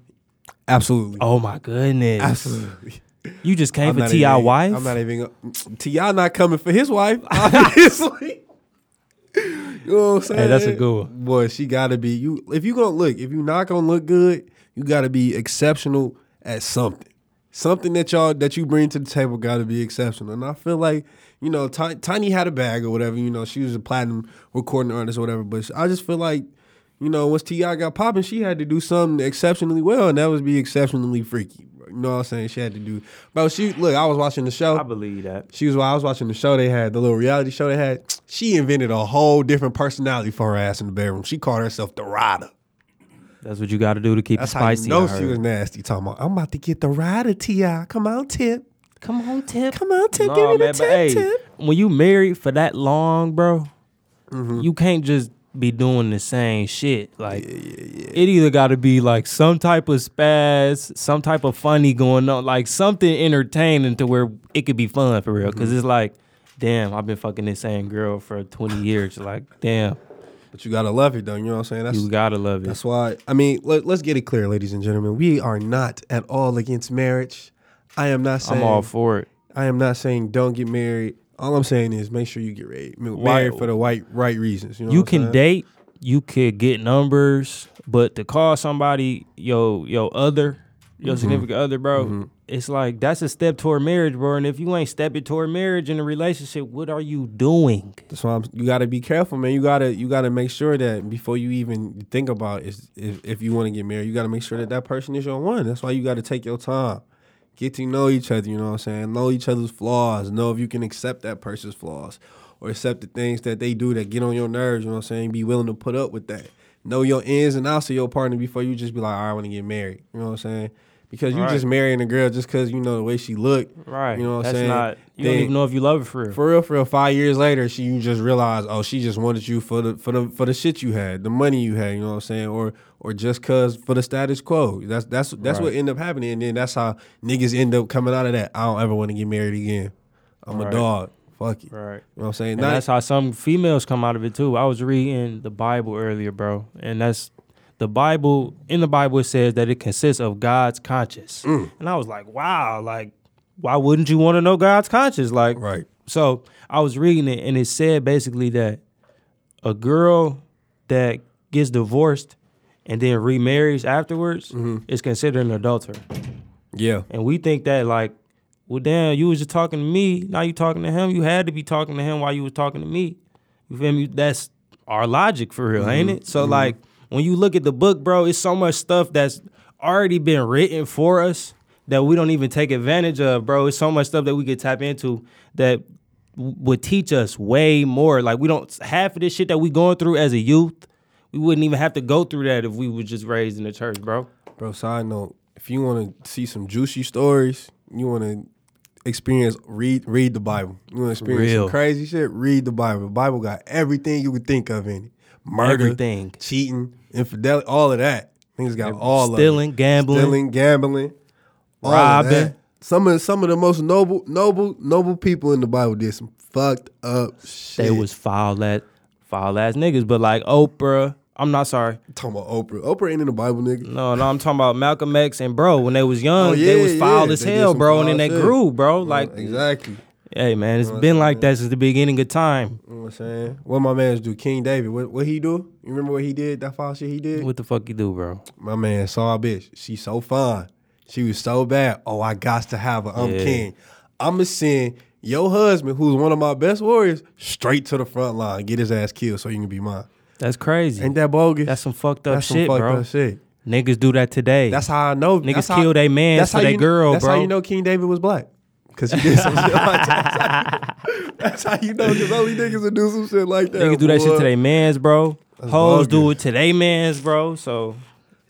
absolutely,
Oh my goodness!
absolutely.
You just came for
not
Ti
even-
wife.
I'm not even. Ti not coming for his wife, obviously. you know what I'm saying?
Hey, that's a good one.
Boy, she gotta be you. If you gonna look, if you not gonna look good, you gotta be exceptional at something. Something that y'all that you bring to the table gotta be exceptional. And I feel like you know, Ti- Tiny had a bag or whatever. You know, she was a platinum recording artist or whatever. But I just feel like. You know, once Ti got popping, she had to do something exceptionally well, and that was be exceptionally freaky. bro. You know what I'm saying? She had to do, bro. She look. I was watching the show.
I believe that.
She was while I was watching the show they had, the little reality show they had, she invented a whole different personality for her ass in the bedroom. She called herself the rider.
That's what you got to do to keep
That's
it
how
spicy.
you know
I
she was
heard.
nasty. Talking about, I'm about to get the rider, T.I. Come on, Tip.
Come on, tip.
Come on, Tip.
Nah,
Give me the
man,
tip,
but hey,
Tip.
when you married for that long, bro,
Mm-hmm.
you can't just be doing the same shit. Like it either got to be like some type of spaz, some type of funny going on, like something entertaining to where it could be fun for real. Because
Mm-hmm.
it's like, damn, I've been fucking this same girl for twenty years. like, damn,
But you gotta love it though. You know what I'm saying? That's
you gotta love it.
That's why, I mean, let, us get it clear, ladies and gentlemen. We are not at all against marriage. I am not saying
I'm all for it.
I am not saying don't get married. All I'm saying is make sure you get married, married
Why-
for the right right reasons. You know
you
what I'm
can
saying?
date, you could get numbers, but to call somebody yo yo other your
Mm-hmm.
significant other, bro, it's like that's a step toward marriage, bro. And if you ain't stepping toward marriage in a relationship, what are you doing?
That's why I'm, you got to be careful, man. You gotta you gotta make sure that before you even think about is if, if you want to get married, you gotta make sure that that person is your one. That's why you gotta take your time, get to know each other. You know what I'm saying? Know each other's flaws. Know if you can accept that person's flaws or accept the things that they do that get on your nerves. You know what I'm saying? Be willing to put up with that. Know your ins and outs of your partner before you just be like, "All right, I want to get married. You know what I'm saying? Because you
Right.
just marrying a girl just because you know the way she looked.
Right.
You know what I'm
that's
saying?
not you
Then-
don't even know if you love her for real.
for real, for real. Five years later, she you just realize, oh, she just wanted you for the for the for the shit you had, the money you had. You know what I'm saying? Or or just cause for the status quo. That's that's that's what
Right.
end up happening, and then that's how niggas end up coming out of that. I don't ever want to get married again. I'm a
Right.
dog. Fuck it.
right.
You know what I'm saying?
And
Not-
that's how some females come out of it too. I was reading the Bible earlier, bro, and that's the Bible. In the Bible, it says that it consists of God's conscience,
Mm.
and I was like, wow, like why wouldn't you want to know God's conscience? Like,
right.
so I was reading it, and it said basically that a girl that gets divorced and then remarries afterwards
Mm-hmm.
is considered an adulterer,
Yeah.
and we think that like. Well, damn! You was just talking to me. Now you talking to him. You had to be talking to him while you was talking to me. You feel me? That's our logic for real, ain't it? So like when you look at the book, bro, it's so much stuff that's already been written for us that we don't even take advantage of, bro. It's so much stuff that we could tap into that w- would teach us way more. Like we don't half of this shit that we going through as a youth, we wouldn't even have to go through that if we was just raised in the church, bro.
Bro, side note: if you want to see some juicy stories, you want to experience read read the Bible. You want to experience
Real.
some crazy shit? Read the Bible. The Bible got everything you could think of in it: murder,
Everything.
cheating, infidelity, all of that. Things got all of it.
Stealing, gambling.
stealing, gambling, all of
Robbing.
that. Some of some of the most noble noble noble people in the Bible did some fucked up shit.
They was foul at foul ass niggas, but like Oprah, I'm not sorry.
talking about Oprah. Oprah ain't in the Bible, nigga.
No, no, I'm talking about Malcolm X and bro. When they was young,
Oh,
they
yeah,
was foul
yeah.
as
They did
hell,
some
bro, and
foul
then they
shit.
grew, bro. Like,
exactly.
hey man, it's been like that since the beginning of time.
You know what I'm saying? What my man's do, King David, what, what he do? You remember what he did, that foul shit he did?
What the fuck you do, bro?
My man saw a bitch. She so fine. She was so bad. Oh, I got to have her. I'm
Yeah.
king. I'ma send your husband, who's one of my best warriors, straight to the front line. Get his ass killed so you can be mine.
That's crazy.
Ain't that bogus?
that's some fucked up
That's some
shit,
fucked
bro.
up shit.
Niggas do that today.
That's how I know.
Niggas
that's
kill they mans
that's
for
how
they
you-
girl,
that's
bro.
how you know King David was black. Cause he did some shit like that. That's how you know. Cause only niggas would do some shit like that.
Niggas do that
boy.
shit today, mans, bro. Hoes do
vulgar.
it today, mans, bro. So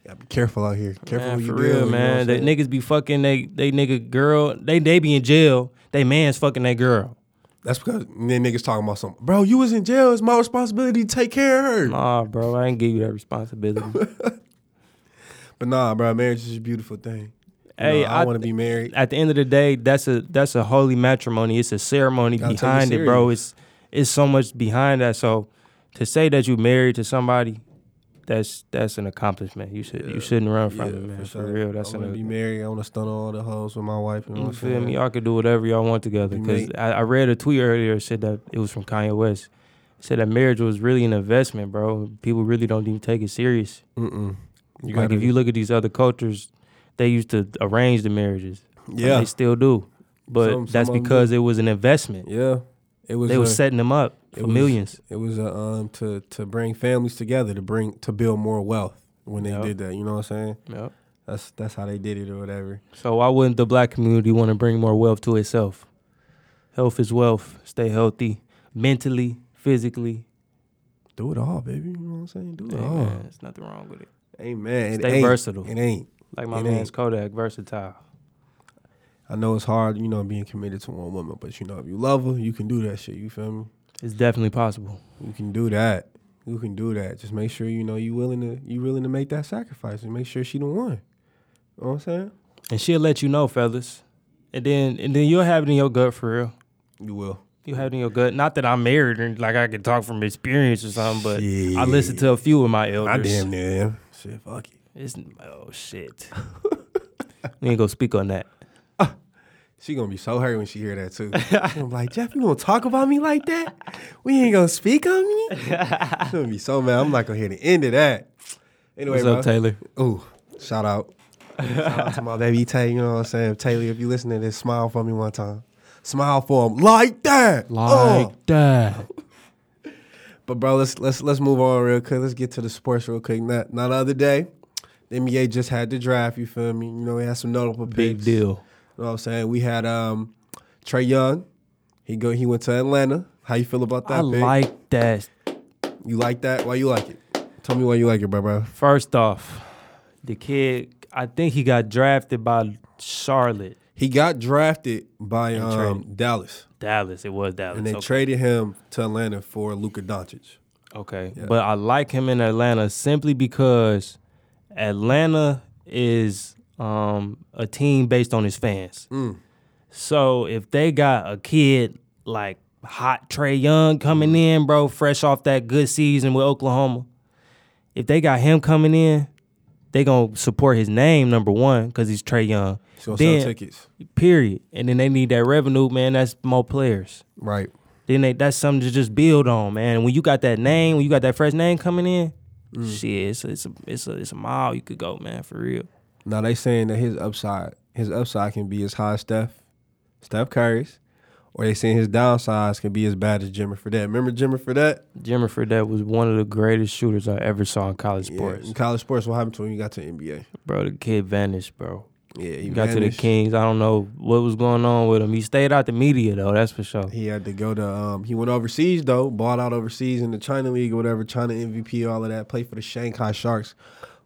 Yeah, be careful out here. Careful
Man,
who
for
you
real,
deal,
man. The niggas be fucking they they nigga girl. They they be in jail. They man's fucking that girl.
That's because then niggas talking about something. Bro, you was in jail. It's my responsibility to take care of her.
Nah, bro, I ain't give you that responsibility.
But nah, bro, marriage is a beautiful thing. You
Hey,
know, I,
I-
want to be married.
At the end of the day, that's a that's a holy matrimony. It's a ceremony
Gotta take it
behind it, bro. It's it's so much behind that. So to say that you married to somebody, that's that's an accomplishment. You should you shouldn't run from it, man. For,
sure.
real, that's
I
an
want to be married. I want to stun all the hoes with my wife. You know what
You
I'm
feel
saying?
me? Y'all could do whatever y'all want together.
You
Because
make-
I, I read a tweet earlier that said that it was from Kanye West. It said that marriage was really an investment, bro. People really don't even take it serious.
Mm-mm. You
like
gotta-
if you look at these other cultures, they used to arrange the marriages. And
Yeah.
they still do. But
Some-
that's
some of 'em
because it was an investment.
yeah, it was.
They were
a-
setting them up
it
for
was-
millions.
It was a, um to to bring families together to bring to build more wealth when they
Yep.
did that. You know what I'm saying?
Yep.
That's that's how they did it or whatever.
So why wouldn't the black community want to bring more wealth to itself? Health is wealth. Stay healthy mentally, physically.
Do it all, baby. You know what I'm saying? Do it
Hey,
all.
man, there's nothing wrong with it.
Amen. It
Oh. Stay
ain't.
versatile.
It ain't.
Like my
It
man's
ain't.
Kodak, versatile.
I know it's hard, you know, being committed to one woman, but you know, if you love her, you can do that shit. You feel me?
It's definitely possible.
You can do that. You can do that. Just make sure you know you willing to you willing to make that sacrifice and make sure she the one. You know what I'm saying?
And she'll let you know, fellas. And then and then you'll have it in your gut for real.
You will.
You have it in your gut. Not that I'm married and like I can talk from experience or something, but I
Shit.
listened to a few of my elders.
I damn near am. Shit, fuck it.
It's, oh shit. we ain't gonna speak on that.
She gonna be so hurt when she hear that too. I'm like, Jeff, you gonna talk about me like that? We ain't gonna speak on me. She gonna be so mad. I'm not gonna hear the end of that. Anyway,
What's up,
bro.
Taylor?
Ooh, shout out. shout out to my baby Tay. You know what I'm saying, Taylor. If you listening to this, smile for me one time. Smile for him like that.
Like
Oh.
that.
But bro, let's let's let's move on real quick. Let's get to the sports real quick. Not not the other day. The NBA just had the draft. You feel me? You know, we had some notable picks.
Big deal.
You know what I'm saying? We had um Trey Young. He go he went to Atlanta. How you feel about that?
I
pick?
like that.
you like that? Why you like it? Tell me why you like it, bro, bro.
First off, the kid, I think he got drafted by Charlotte.
He got drafted by
And
um, Dallas.
Dallas. It was Dallas.
And they
okay.
traded him to Atlanta for Luka Doncic.
Okay. But I like him in Atlanta simply because Atlanta is um, a team based on his fans.
Mm.
So if they got a kid like hot Trey Young coming
Mm.
in, bro, fresh off that good season with Oklahoma, if they got him coming in, they gonna support his name number one because he's Trey Young.
He's gonna
Then-
sell tickets.
Period. And then they need that revenue, man. That's more players
Right.
then they, that's something to just build on, man. When you got that name, when you got that fresh name coming in, shit, it's a, it's a it's a it's a mile you could go, man, for real.
Now they saying that his upside, his upside can be as high as Steph, Steph Curry's, or they saying his downsides can be as bad as Jimmer Fredette. Remember Jimmer Fredette?
Jimmy Fredette was one of the greatest shooters I ever saw in college sports,
In college sports, what happened to him? when You got to the NBA.
bro. The kid vanished, bro.
Yeah, he
He got to the
vanished.
Kings. I don't know what was going on with him. He stayed out the media though, that's for sure.
He had to go to. Um, he went overseas though, bought out overseas in the China League or whatever, China MVP, all of that. Played for the Shanghai Sharks,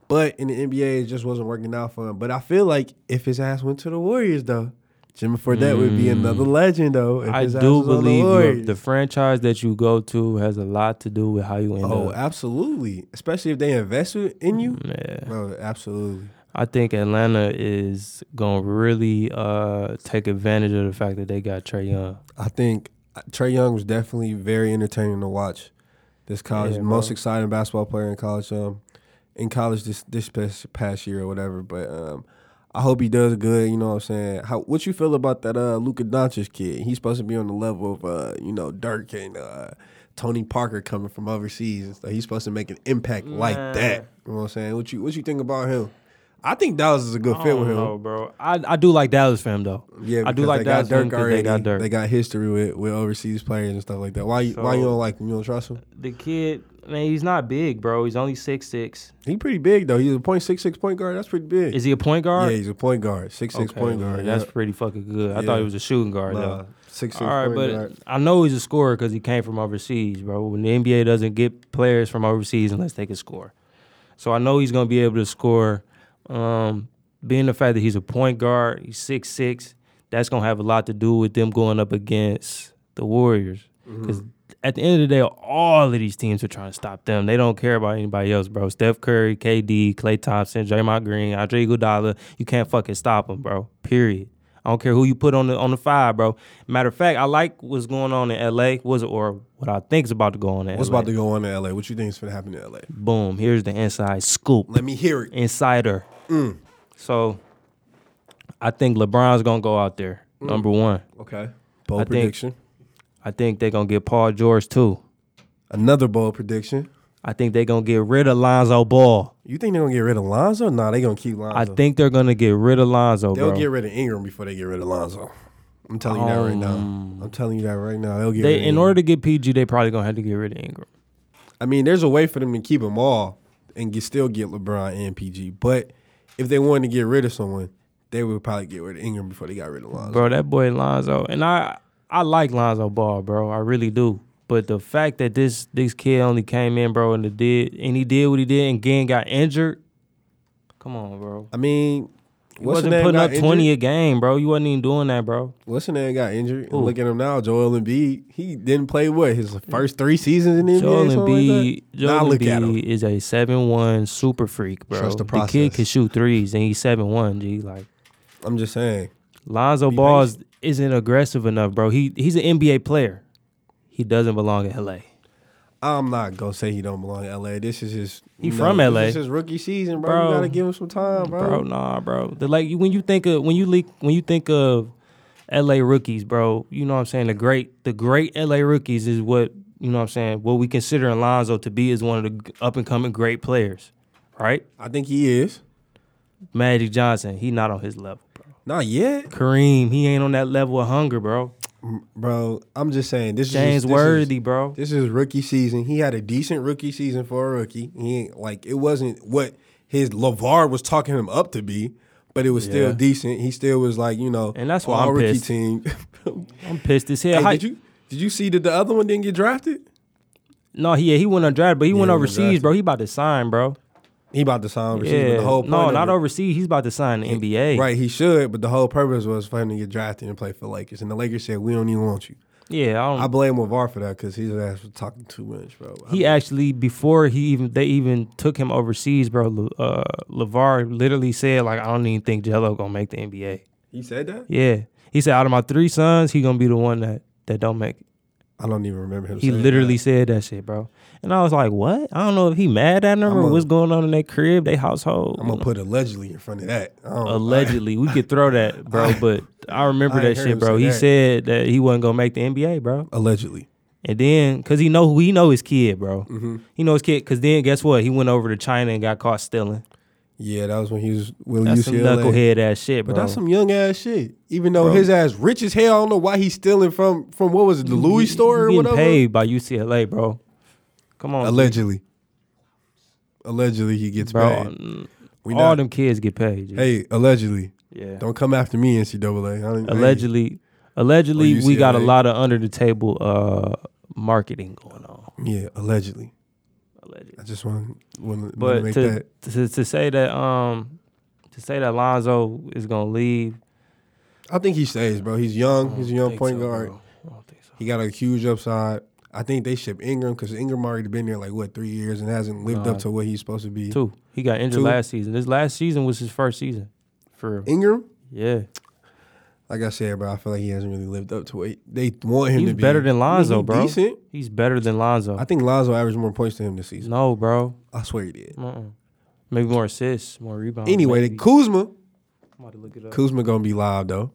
but in the NBA, it just wasn't working out for him. But I feel like if his ass went to the Warriors though, Jimmy Fredette would be
Mm.
another legend though. If
I
his ass
do
was on
believe
the,
you,
Warriors.
the franchise that you go to has a lot to do with how you end
Oh,
up.
absolutely. Especially if they invest in you.
Yeah.
Bro, absolutely.
I think Atlanta is gonna really uh, take advantage of the fact that they got Trey Young.
I think Trey Young was definitely very entertaining to watch this college.
Yeah, bro.
most exciting basketball player in college. Um, in college this this past, past year or whatever. But um, I hope he does good. You know what I'm saying? How what you feel about that uh, Luka Doncic kid? He's supposed to be on the level of uh, you know Dirk and uh, Tony Parker coming from overseas and stuff. He's supposed to make an impact like
Nah.
that. You know what I'm saying? What you what you think about him? I think Dallas is a good fit with him.
bro. I, I do like Dallas for him though.
Yeah,
I do
because
like
they
Dallas
got Dirk
Fink 'cause they
already.
got Dirk.
history with, with overseas players and stuff like that. Why you why you
So-
don't like him? You don't trust him?
The kid, man, he's not big, bro. He's only six six.
He pretty big though. He's a point six six point guard. That's pretty big.
Is he a point
yeah,
guard?
he's a point guard. Six six
Okay,
point guard.
man,
Yeah.
That's pretty fucking good. I thought
Yeah.
he was a shooting guard
nah,
though.
six six
All right,
point
but
guard.
I know he's a scorer because he came from overseas, bro. When the NBA doesn't get players from overseas unless they can score, so I know he's gonna be able to score. Um, being the fact that he's a point guard, he's six six, that's gonna have a lot to do with them going up against the Warriors.
Mm-hmm.
Because at the end of the day, all of these teams are trying to stop them. They don't care about anybody else, bro. Steph Curry, KD, Klay Thompson, Draymond Green, Andre Iguodala. You can't fucking stop them, bro. Period. I don't care who you put on the on the five, bro. Matter of fact, I like what's going on in LA. Was or what I think is about to go on in
What's
LA.
about to go on in LA? What you think is gonna happen in LA?
Boom. Here's the inside scoop
Let me hear it.
insider.
Mm.
So I think LeBron's gonna go out there
Mm.
number one.
Okay. Bold
I think-
prediction.
I think they're gonna get Paul George too.
Another bold prediction.
I think they're gonna get rid of Lonzo Ball.
You think they're gonna get rid of Lonzo? Nah, they gonna keep Lonzo.
I think they're gonna get rid of Lonzo,
they'll
bro.
get rid of Ingram before they get rid of Lonzo. I'm telling you that right now. I'm telling you that right now. They'll get rid
Um, they
of
in
Ingram.
order to get PG, they probably gonna have to get rid of Ingram.
I mean, there's a way for them to keep them all and get, still get LeBron and PG. But if they wanted to get rid of someone, they would probably get rid of Ingram before they got rid of Lonzo.
Bro, that boy Lonzo, and I I like Lonzo Ball, bro. I really do. But the fact that this this kid only came in, bro, and did and he did what he did and again got injured. Come on, bro.
I mean,
You
what's the
wasn't
name
putting
got
up twenty
injured?
a game, bro. You wasn't even doing that, bro.
What's the name got injured?
Who?
And look at him now, Joel Embiid. He didn't play what his first three seasons in the
Joel
NBA. something
Embiid,
like that?
Joel
now look at him.
Embiid is a seven-one super freak, bro.
Trust the
kid
process.
can shoot threes, and he's seven-one. G like
I'm just saying.
Lonzo
Be
Ball is- isn't aggressive enough, bro. He he's an NBA player. He doesn't belong in LA.
I'm not gonna say he don't belong in LA. This is his.
He
you
from
this
LA.
is his rookie season, bro.
Bro.
You gotta give him some time,
Bro, nah, bro. The, like you- when you think of when you leak when you think of LA rookies, bro. You know what I'm saying? The great the great LA rookies is what you know what I'm saying, what we consider Alonzo to be is one of the up and coming great players. Right?
I think he is.
Magic Johnson, he not on his level, bro.
Not yet,
Kareem, he ain't on that level of hunger, bro.
bro. I'm just saying this is
James
this is-
Worthy, bro.
This is rookie season. He had a decent rookie season for a rookie. He ain't like it wasn't what his Lavar was talking him up to be, but it was still
Yeah.
decent. He still was like you know,
And that's why
all
I'm
rookie
pissed.
team.
I'm pissed as hell.
Hey,
How-
did you did you see that the other one didn't get drafted?
no, he yeah, he went undrafted, but he went
he went
overseas,
undrafted.
bro. He about to sign, bro.
He about to sign overseas, but
Yeah.
the whole point
no,
of
not
it-
overseas. He's about to sign the NBA.
Right, he should, but the whole purpose was for him to get drafted and play for the Lakers, and the Lakers said we don't even want you.
Yeah, I don't
I blame Lavar for that because his ass was talking too much, bro. I-
He actually before he even they even took him overseas, bro. Le- Uh, Levar literally said like, I don't even think Jello gonna make the NBA.
he said that.
Yeah, he said out of my three sons, he gonna be the one that that don't make. It.
I don't even remember him.
He
saying
literally said that shit, bro. And I was like, what? I don't know if he mad at him or
I'ma-
what's going on in their crib, their household.
I'm gonna put allegedly in front of that. I don't-
Allegedly, we could throw that, bro. but I remember
I
that
ain't heard
shit,
him
bro.
say
He
that.
said that he wasn't gonna make the NBA, bro.
allegedly.
And then, cause he know who he know his kid, bro.
Mm-hmm.
He know his kid. Cause then, guess what? He went over to China and got caught stealing.
Yeah, that was when he was with
That's some
UCLA.
knucklehead ass shit, bro.
But that's some young ass shit. Even though
Bro.
his ass rich as hell, I don't know why he's stealing from from what was it, the Louis
He-
store or
he getting
whatever.
paid by UCLA, bro. Come on,
Allegedly, allegedly he gets
bro.
paid.
Mm,
We
all
not,
them kids get paid. G.
hey, allegedly,
yeah.
don't come after me, NCAA. I don't-
allegedly, allegedly,
Or
we got a
UCLA.
lot of under the table uh, marketing going on.
hey, yeah, allegedly.
Allegedly.
I just want want to
But
make
to,
that.
to to say that um to say that Lonzo is gonna leave.
I think he stays, bro. He's
I
young.
don't
He's a young
think
point
so,
guard.
bro. I don't think so.
He got a huge upside. I think they ship Ingram because Ingram already been there like what three years and hasn't lived
Nah.
up to what he's supposed to be.
Two. He got injured
Two.
last season. This last season was his first season. For real.
Ingram,
Yeah.
like I said, bro, I feel like he hasn't really lived up to it. They want him
He's
to be
better than Lonzo,
I mean, he
bro.
Decent.
He's better than Lonzo.
I think Lonzo averaged more points than him this season.
no, bro.
I swear he did.
Mm-mm. Maybe more assists, more rebounds.
Anyway,
Oh, maybe.
Kuzma,
I'm about to look it up.
Kuzma gonna be live though.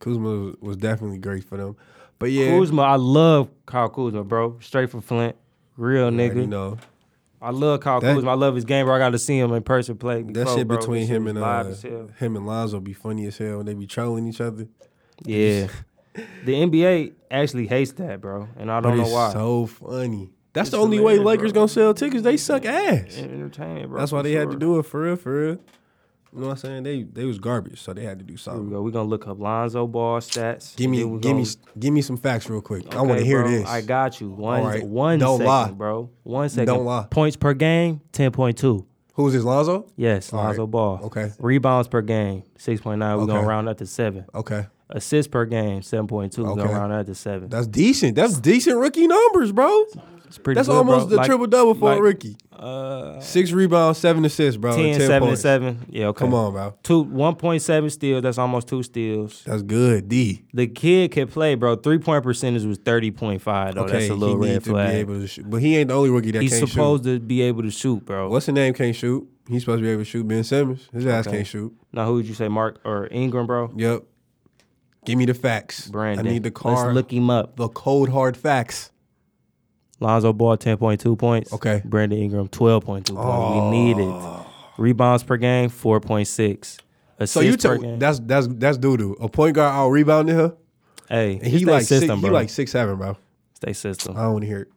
Kuzma was, was definitely great for them, but yeah,
Kuzma, I love Kyle Kuzma, bro. Straight from Flint. Real
you already
nigga.
know
I love Kyle
That-
Kuzma. I love his game, bro. I got to see him in person play.
that
before,
shit
bro.
between him
was
and
live
uh,
as hell.
him and Lonzo be funny as hell when they be trolling each other.
Yeah. the NBA actually hates that, bro. And I
But
don't know
it's
why.
so funny. That's
It's
the only way
hilarious,
Lakers
bro.
gonna sell tickets. They suck ass.
Entertaining, bro.
That's why
for
they had to
sure.
do it for real, for real. You know what I'm saying? They they was garbage, so they had to do
Here we
something.
go. We're gonna look up Lonzo Ball stats.
Give
and
me
then we
give me
gonna-
give me some facts real quick. I
Okay,
want to hear
bro,
this.
I got you. One,
All right.
one
Don't
second,
lie.
bro. One second.
Don't lie.
Points per game, ten point two.
Who is this, Lonzo?
Yes,
All right.
Lonzo Ball.
Okay.
Rebounds per game, six point nine. We're gonna
Okay.
round that to seven.
Okay,
Assists per game, seven point two. We're gonna
Okay.
round that to seven.
that's decent. That's decent rookie numbers, bro.
That's pretty.
That's
good,
almost
bro.
the
Like-
triple double for
like,
a rookie.
Uh,
Six rebounds, seven assists, bro.
10,
and 10
seven, and
points.
Oh, seven. Yeah. Okay.
Come on, bro.
Two one point seven steals. That's almost two steals.
That's good. D.
The kid can play, bro. Three point percentage was thirty point five. Though
Okay,
Oh, that's a little
he
red
needs to
flag.
be able to shoot, but he ain't the only rookie that
He's
can't
supposed to be able to shoot, bro.
shoot. What's the name? Can't shoot. He's supposed to be able to shoot. Ben Simmons. His ass
Okay.
can't shoot.
Now, who would you say, Mark or Ingram, bro?
Yep. Give me the facts.
Brandon.
I need the car.
Let's look him up.
the cold hard facts.
Lonzo Ball, 10.2 points.
Okay. Oh.
Brandon Ingram, 12.2 points. We need it. Rebounds per game, 4.6. Assists
So you
per
tell
game.
that's that's that's doo doo. A point guard out rebounding her,
hey,
and he
stay
like
system,
six, he
bro.
like six seven, bro.
stay system.
I don't want to hear it.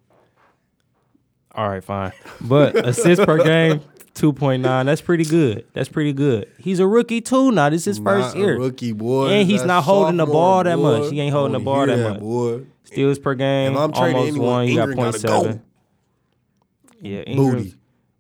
All right, fine. But assists per game, 2.9. That's pretty good. That's pretty good. He's a rookie, too. Now, this is his first
Not a
year.
rookie boy,
And he's
That
not holding the
sophomore,
ball that
boy.
much. He ain't holding the
Don't
ball
hear
that much.
boy.
Steals per game,
If I'm trading
almost
anyone,
one. You got
Ingram gotta
0.7.
go.
Yeah, Ingram's
Booty.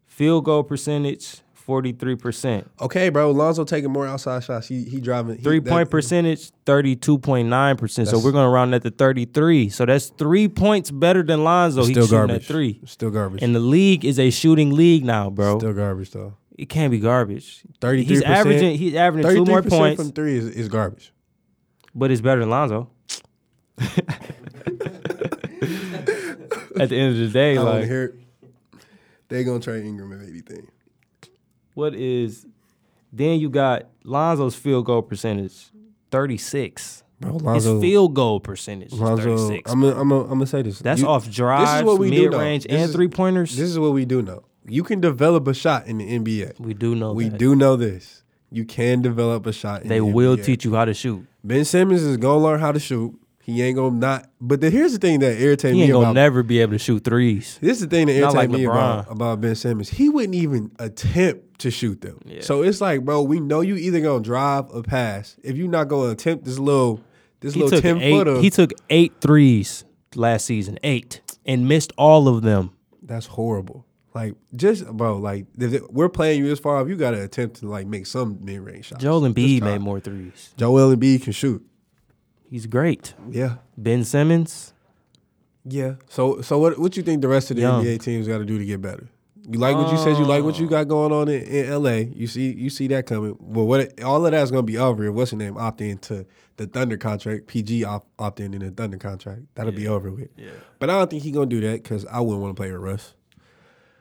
field goal percentage, 43%.
Okay, bro. Lonzo taking more outside shots. He he driving he-
Three point
that-
percentage, 32.9%. So
That's-
we're going to round that to 33. So that's three points better than Lonzo. He's
Still
shooting
garbage.
at three.
Still garbage.
And the league is a shooting league now, bro.
still garbage though.
it can't be garbage.
Thirty three
He's averaging he's averaging two more points,
from three is, is garbage.
but it's better than Lonzo. at the end of the day,
I don't
like
wanna hear it. They gonna trade Ingram if anything.
what is then you got Lonzo's field goal percentage, 36.
Bro,
His
Lonzo.
field goal percentage is
Lonzo.
36.
I'm gonna I'm gonna- I'm gonna say this.
That's
You-
off drives,
what we do,
mid
though.
range,
This
and
is-
three pointers.
This is what we do know. You can develop a shot in the NBA.
we do know
We
that.
do know this. You can develop a shot. In
They
the
will
NBA.
teach you how to shoot.
Ben Simmons is gonna learn how to shoot. He ain't gonna not. But the, here's the thing that irritates
He
me
ain't
about
gonna never be able to shoot threes.
This is the thing that irritates
like
me about,
LeBron.
about Ben Simmons. He wouldn't even attempt to shoot them. So it's like, bro, we know you either gonna drive or pass. If you not gonna attempt this little this
He
little
took
ten footer,
eight. He took eight threes last season, eight, and missed all of them.
that's horrible. Like just bro, like if it- we're playing you this far, you gotta attempt to like make some mid range shots.
Joel Embiid
try.
made more threes.
Joel Embiid can shoot.
He's great.
Yeah.
Ben Simmons,
Yeah. So so what what you think the rest of the
Young. Uh.
NBA teams got to do to get better? You like what you said. You like what you got going on in, in LA. You see you see that coming. Well, what all of that's gonna be over if what's the name opt in to the Thunder contract. PG opt opt in in the Thunder contract. That'll be over with. Yeah. But I don't think he gonna do that because I wouldn't want to play with Russ.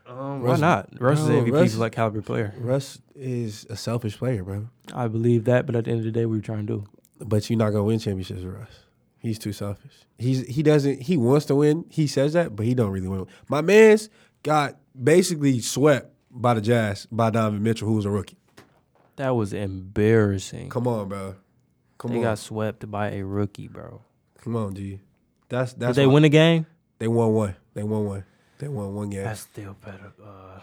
um,
Russ-
why not? Russ is
Bro,
an MVP
Russ-
like caliber player.
Russ is a selfish player, bro.
I believe that, but at the end of the day, we are trying to do.
But you're not gonna win championships with Russ. He's too selfish. He's he doesn't he wants to win. He says that, but he don't really want to. My man's got basically swept by the Jazz by Donovan Mitchell, who was a rookie.
That was embarrassing.
Come on, bro. Come
they
on,
got swept by a rookie, bro.
come on, G. That's
Did
that's
they
why-
win a game?
They won one. They won one. They won one game.
That's still better, uh,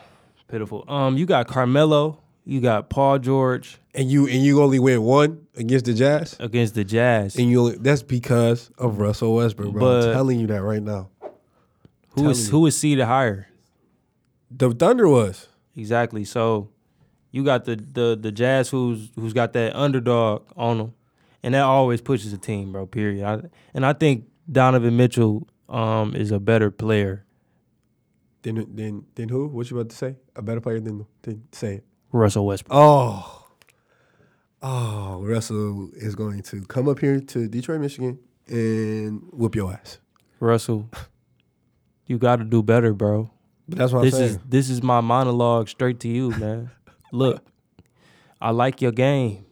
pitiful. Um, you got Carmelo, you got Paul George
and you and you only win one against the Jazz.
against the Jazz.
And you only, that's because of Russell Westbrook, bro.
But-
I'm telling you that right now.
Who is who is seeded higher?
The Thunder was.
Exactly. So you got the the the Jazz who's who's got that underdog on them, and that always pushes a team, bro. Period. I, and I think Donovan Mitchell um is a better player.
Then then then who? What you about to say? A better player than than say it.
Russell Westbrook.
Oh. Oh, Russell is going to come up here to Detroit, Michigan and whoop your ass.
Russell, you got to do better, bro.
But that's what
This
I'm saying.
is this is my monologue straight to you, man. Look, I like your game.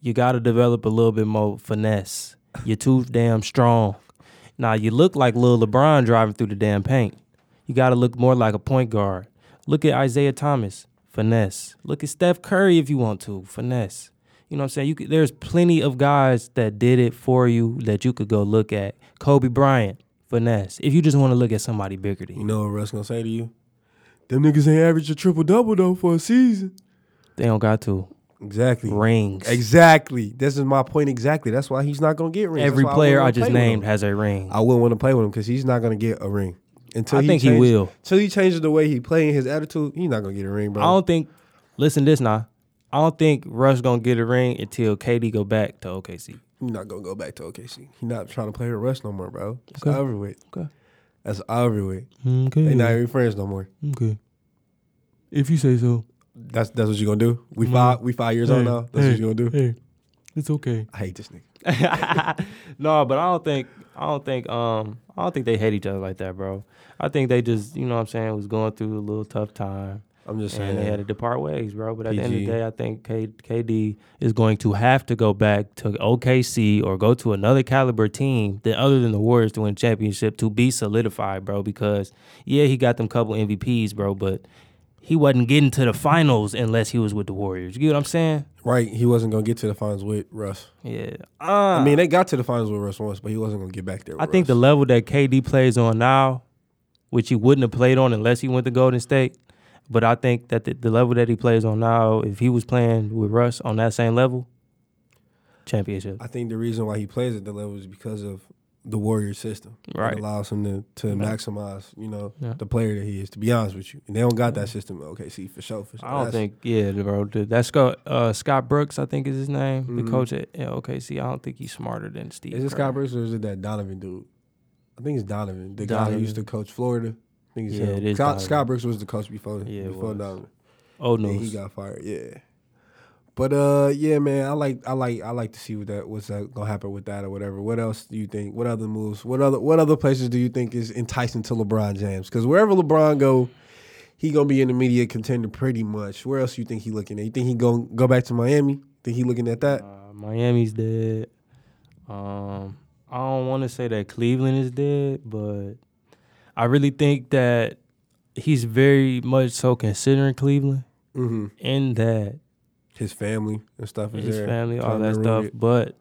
You got to develop a little bit more finesse. You're too damn strong. Now you look like Lil LeBron driving through the damn paint. You got to look more like a point guard. Look at Isaiah Thomas, finesse. Look at Steph Curry if you want to, finesse. You know what I'm saying? You could, there's plenty of guys that did it for you that you could go look at. Kobe Bryant, finesse. If you just want to look at somebody bigger than you.
you know what Russ gonna say to you? Them niggas ain't average a triple double though for a season.
They don't got to.
Exactly.
Rings.
Exactly. This is my point exactly. That's why he's not gonna get rings. That's
Every
why
player I
wouldn't
just
wanna play with
named
him.
has a ring.
I wouldn't want to play with him because he's not gonna get a ring. Until
I think he
changes-
will.
Until he changes the way he playing his attitude, he's not gonna get a ring, bro.
I don't think. Listen, to this now. I don't think Russ gonna get a ring until KD go back to OKC.
He's not gonna go back to OKC. He's not trying to play with Russ no more, bro. It's over with.
Okay.
That's over with. They
Okay.
not even friends no more.
Okay. If you say so.
That's that's what you gonna do. We five we five years old now. That's what you gonna do.
Hey, it's okay.
I hate this nigga.
no, but I don't think. I don't think. Um, I don't think they hate each other like that, bro. I think they just, you know, what I'm saying, was going through a little tough time.
I'm just saying.
and they had to depart ways, bro. But at the end of the
PG.
day, I think K- KD is going to have to go back to OKC or go to another caliber team that other than the Warriors to win championship to be solidified, bro. Because yeah, he got them couple MVPs, bro, but he wasn't getting to the finals unless he was with the Warriors. You get what I'm saying?
right, he wasn't gonna get to the finals with Russ.
Yeah. Uh,
I mean, they got to the finals with Russ once, but he wasn't gonna get back there. With
I think the
Russ.
level that KD plays on now, which he wouldn't have played on unless he went to Golden State, but I think that the, the level that he plays on now, if he was playing with Russ on that same level, championship.
I think the reason why he plays at the level is because of the Warrior system.
Right.
it allows him to, to maximize, you know,
Yeah.
the player that he is. To be honest with you, and they don't got that system. at OKC for sure. For sure.
I don't
That's-
think, yeah, bro. dude, That's Scott, uh, Scott Brooks, I think is his name, the coach at yeah, OKC. I don't think he's smarter than Steve.
Mm-hmm. Is it
Kerr.
Scott Brooks or is it that Donovan dude? I think it's Donovan, the guy who
Donovan.
used to coach Florida. I think it's
Yeah,
him.
it is
Scott,
Donovan.
Scott Brooks was the coach before
Yeah, it
before
was.
Donovan.
Old
Then he
news.
got fired. Yeah. But uh, yeah, man, I like I like I like to see what that what's that gonna happen with that or whatever. What else do you think? What other moves? What other what other places do you think is enticing to LeBron James? Because wherever LeBron go, he gonna be in the media contender pretty much. Where else you think he looking at? You think he going go back to Miami? Think he looking at that?
Uh, Miami's dead. Um, I don't want to say that Cleveland is dead, but I really think that he's very much so considering Cleveland
Mm-hmm.
in that
His family and stuff is
his
there.
family, all
trying to
that
ruin
stuff.
it.
But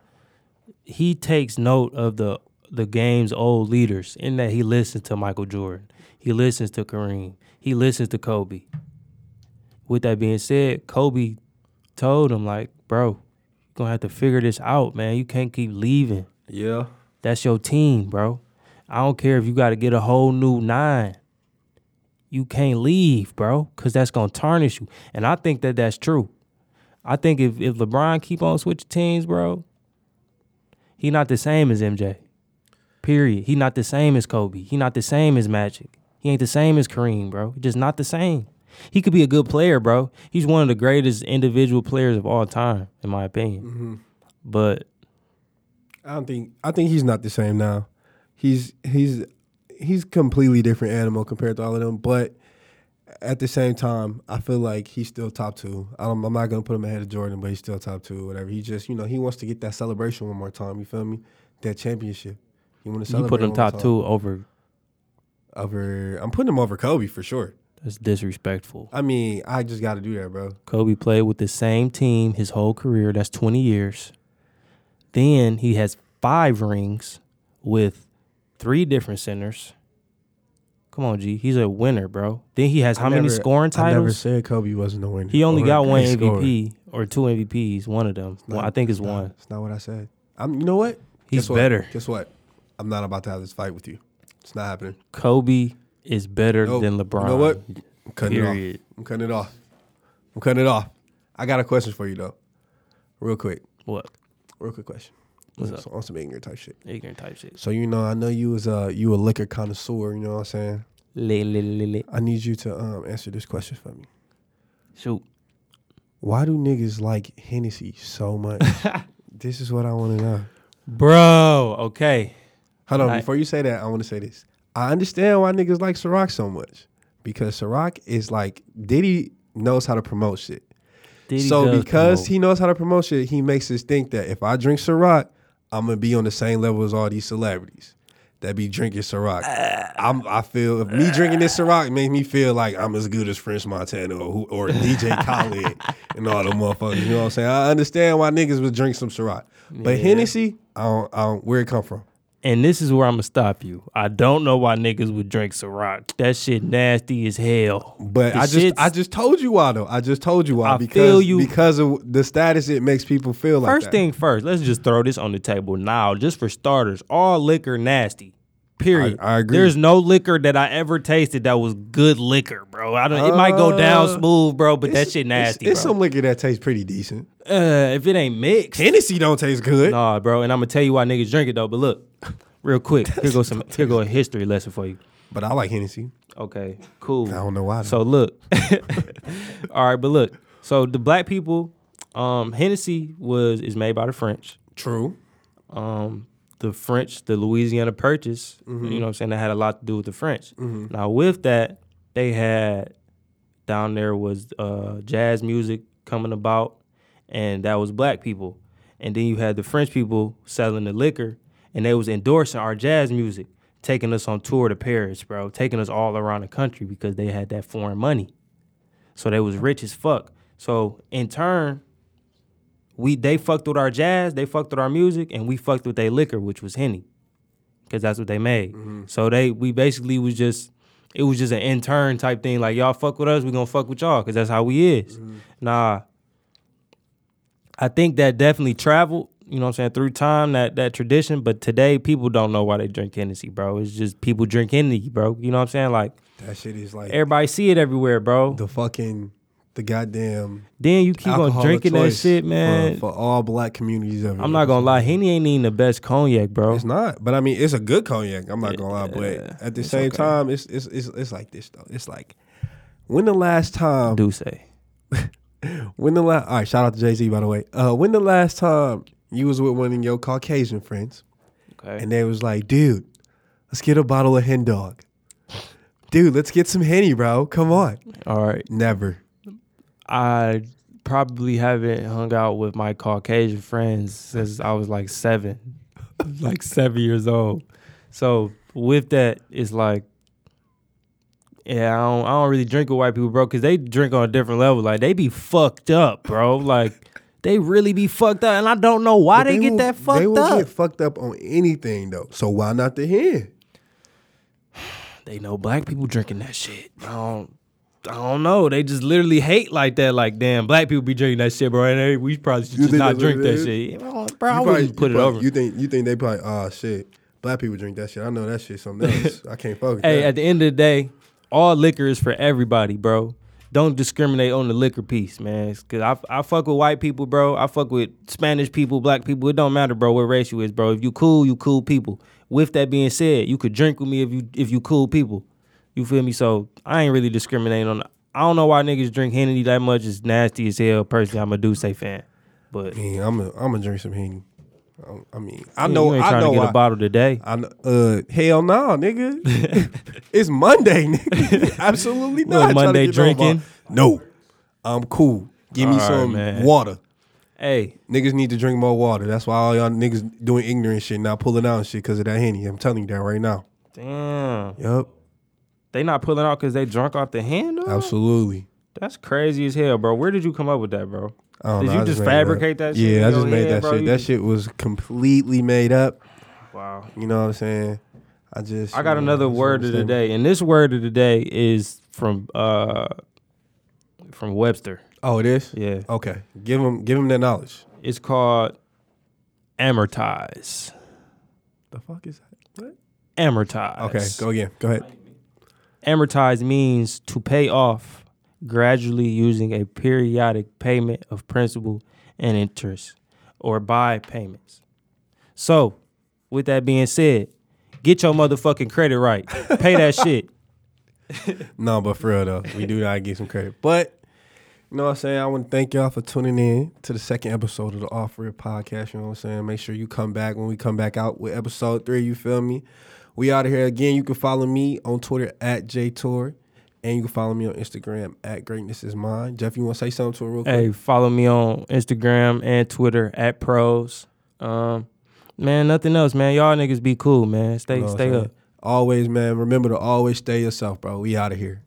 he takes note of the the game's old leaders in that he listens to Michael Jordan, he listens to Kareem, he listens to Kobe. With that being said, Kobe told him like, "Bro, you're gonna have to figure this out, man. You can't keep leaving.
Yeah.
That's your team, bro. I don't care if you got to get a whole new nine." You can't leave, bro, because that's gonna tarnish you. And I think that that's true. I think if, if LeBron keep on switching teams, bro, he not the same as MJ. Period. He not the same as Kobe. He not the same as Magic. He ain't the same as Kareem, bro. He Just not the same. He could be a good player, bro. He's one of the greatest individual players of all time, in my opinion.
Mm-hmm.
But
I don't think I think he's not the same now. He's he's he's completely different animal compared to all of them. But at the same time, I feel like he's still top two. I'm, I'm not gonna put him ahead of Jordan, but he's still top two. Whatever. He just you know he wants to get that celebration one more time. You feel me? That championship. You want to
you
celebrate?
put him
one more
top
time.
two over.
over. I'm putting him over Kobe for sure.
That's disrespectful.
I mean, I just got to do that, bro.
Kobe played with the same team his whole career. That's 20 years. Then he has five rings with three different centers. Come on, G. He's a winner, bro. Then he has how
I
many
never-
scoring
I never
titles?
said Kobe wasn't a winner.
He only
or
got
a
one
great scorer.
MVP or two MVPs. One of them. Well, I think it's
Nah,
one.
It's not what I said. I'm. You know what?
He's
Guess what?
better.
Guess what? I'm not about to have this fight with you. It's not happening.
Kobe is better
Nope.
than LeBron.
You know what? I'm cutting it
Period.
off. I'm cutting it off. I'm cutting it off. I got a question for you though, real quick.
What?
Real quick question.
What's
So, on some ignorant type shit.
Ignorant type shit.
So you know, I know you was a you a liquor connoisseur. You know what I'm saying?
Le, le, le, le.
I need you to um, answer this question for me.
Shoot.
Why do niggas like Hennessy so much? this is what I want to know.
Bro, okay.
Hold on,
Right.
before you say that, I want to say this. I understand why niggas like Ciroc so much because Ciroc is like Diddy knows how to promote shit.
Diddy
so
does
because
promote.
he knows how to promote shit, he makes us think that if I drink Ciroc, I'm gonna be on the same level as all these celebrities that be drinking Ciroc. I'm, I feel if me drinking this Ciroc makes me feel like I'm as good as French Montana or, who, or DJ Khaled and all them motherfuckers. You know what I'm saying? I understand why niggas would drink some Ciroc, but
Yeah.
Hennessy, I don't, I don't, where it come from?
And this is where I'm gonna stop you. I don't know why niggas would drink Ciroc. That shit nasty as hell.
But
The
I just
shit's-
I just told you why though. I just told you why
I
because
feel you.
because of the status it makes people feel like
first
that.
thing first. Let's just throw this on the table now, just for starters. All liquor nasty. Period.
I- I agree.
There's no liquor that I ever tasted that was good liquor, bro. I don't. it might go down
Uh,
smooth, bro, but that
It's-
shit nasty.
It's, it's
bro.
some liquor that tastes pretty decent.
uh, if it ain't mixed,
Hennessy don't taste good.
Nah, bro, and I'm gonna tell you why niggas drink it though. But look, real quick, here goes some here go a history lesson for you.
But I like Hennessy.
Okay, cool.
I don't know why.
So look, all right, but look. So the black people, um, Hennessy was is made by the French.
true.
Um, the French, the Louisiana Purchase. You know what I'm saying? That had a lot to do with the French. Now with that, they had down there was uh, jazz music coming about, and that was black people. And then you had the French people selling the liquor, and they was endorsing our jazz music, taking us on tour to Paris, bro, taking us all around the country because they had that foreign money. So they was rich as fuck. So in turn, we they fucked with our jazz, they fucked with our music, and we fucked with their liquor, which was henny, because that's what they made.
Mm-hmm.
So they we basically was just it was just an intern type thing. Like y'all fuck with us, we gonna fuck with y'all, because that's how we is.
Mm-hmm.
Nah, I think that definitely traveled. You know what I'm saying? Through time, that that tradition, but today people don't know why they drink Hennessy, bro. It's just people drink Hennessy, bro. You know what I'm saying? Like
That shit is like
everybody see it everywhere, bro.
the fucking the goddamn
then you keep on
alcohol of
drinking that
choice
shit,
for-
man.
For, all black communities everywhere.
I'm not gonna lie, Henny ain't even the best cognac, bro.
It's not, but I mean, it's a good cognac. I'm not gonna lie,
Yeah,
but at the
it's
same
okay.
time, it's, it's it's it's like this though. It's like when the last time
Do say.
When the last, all right, shout out to Jay Z by the way. Uh, when the last time you was with one of your Caucasian friends
Okay.
and they was like, dude, let's get a bottle of Hen Dog. Dude, let's get some Henny, bro. Come on.
All right.
Never.
I probably haven't hung out with my Caucasian friends since I was like seven. like seven years old. So with that, it's like, yeah, I don't, I don't really drink with white people, bro, because they drink on a different level. Like they be fucked up, bro. Like they really be fucked up, and I don't know why
But
they, get
will-
that fucked
They will
up.
get fucked up on anything though. So why not the hen?
they know black people drinking that shit. I don't. I don't know. They just literally hate like that. Like, damn, black people be drinking that shit, bro. And they, we probably should
You
just
think
not
that's what
drink
it
that
is?
shit. Bro, I
You
wouldn't
probably-
put
you
it
probably-
over.
You think you think they probably ah shit. Black people drink that shit. I know that shit something else. I can't fuck with
Hey,
that.
at the end of the day, all liquor is for everybody, bro. Don't discriminate on the liquor piece, man. It's Cause I, I fuck with white people, bro. I fuck with Spanish people, black people. It don't matter, bro, what race you is, bro. If you cool, you cool people. With that being said, you could drink with me if you if you cool people. You feel me? So I ain't really discriminating on. I don't know why niggas drink Hennessy that much. It's nasty as hell. Personally, I'm a Duce fan, but
I mean, I'm a, I'm gonna drink some hen. I- I mean, I
I
know
know you ain't
I
trying
know
to get
I-
a bottle today.
I know, uh, hell no, nigga. it's Monday, nigga. Absolutely
Little
not. tryna
Monday
get no ball.
drinking.
No, I'm cool. Give me
All right,
some
man.
water.
Hey,
Niggas need to drink more water. That's why all y'all niggas doing ignorant shit, not pulling out and shit because of that henny. I'm telling you that right now.
damn,
Yep,
they not pulling out because they drunk off the hand. Though?
absolutely.
That's crazy as hell, bro. Where did you come up with that, bro?
I don't
Did
know,
you
I
just
made it up.
fabricate that shit in
Yeah, I
your
just made
head,
that
bro?
shit.
You
That
just-
shit was completely made up.
Wow.
You know what I'm saying? I just.
I got
you know,
another
just
word of the
understand-
day, and this word of the day is from uh from Webster.
Oh, it is.
Yeah,
Okay, give him give him that knowledge.
it's called amortize.
The fuck is that? What?
Amortize.
Okay, go again. Go ahead.
Amortize means to pay off gradually using a periodic payment of principal and interest or by payments. So, with that being said, get your motherfucking credit right. Pay that shit.
No, but for real though, we do gotta get some credit. But you know what I'm saying? I want to thank y'all for tuning in to the second episode of the Off Real Podcast. You know what I'm saying? Make sure you come back when we come back out with episode three. You feel me? We out of here again. You can follow me on Twitter at JTor. And you can follow me on Instagram at Greatness Is Mine. Jeff, you want to say something to it real quick?
Hey, follow me on Instagram and Twitter at pros. Um, man, nothing else, man. Y'all niggas be cool, man. Stay
You know what I'm
stay
saying?
up.
Always, man. Remember to always stay yourself, bro. We out of here.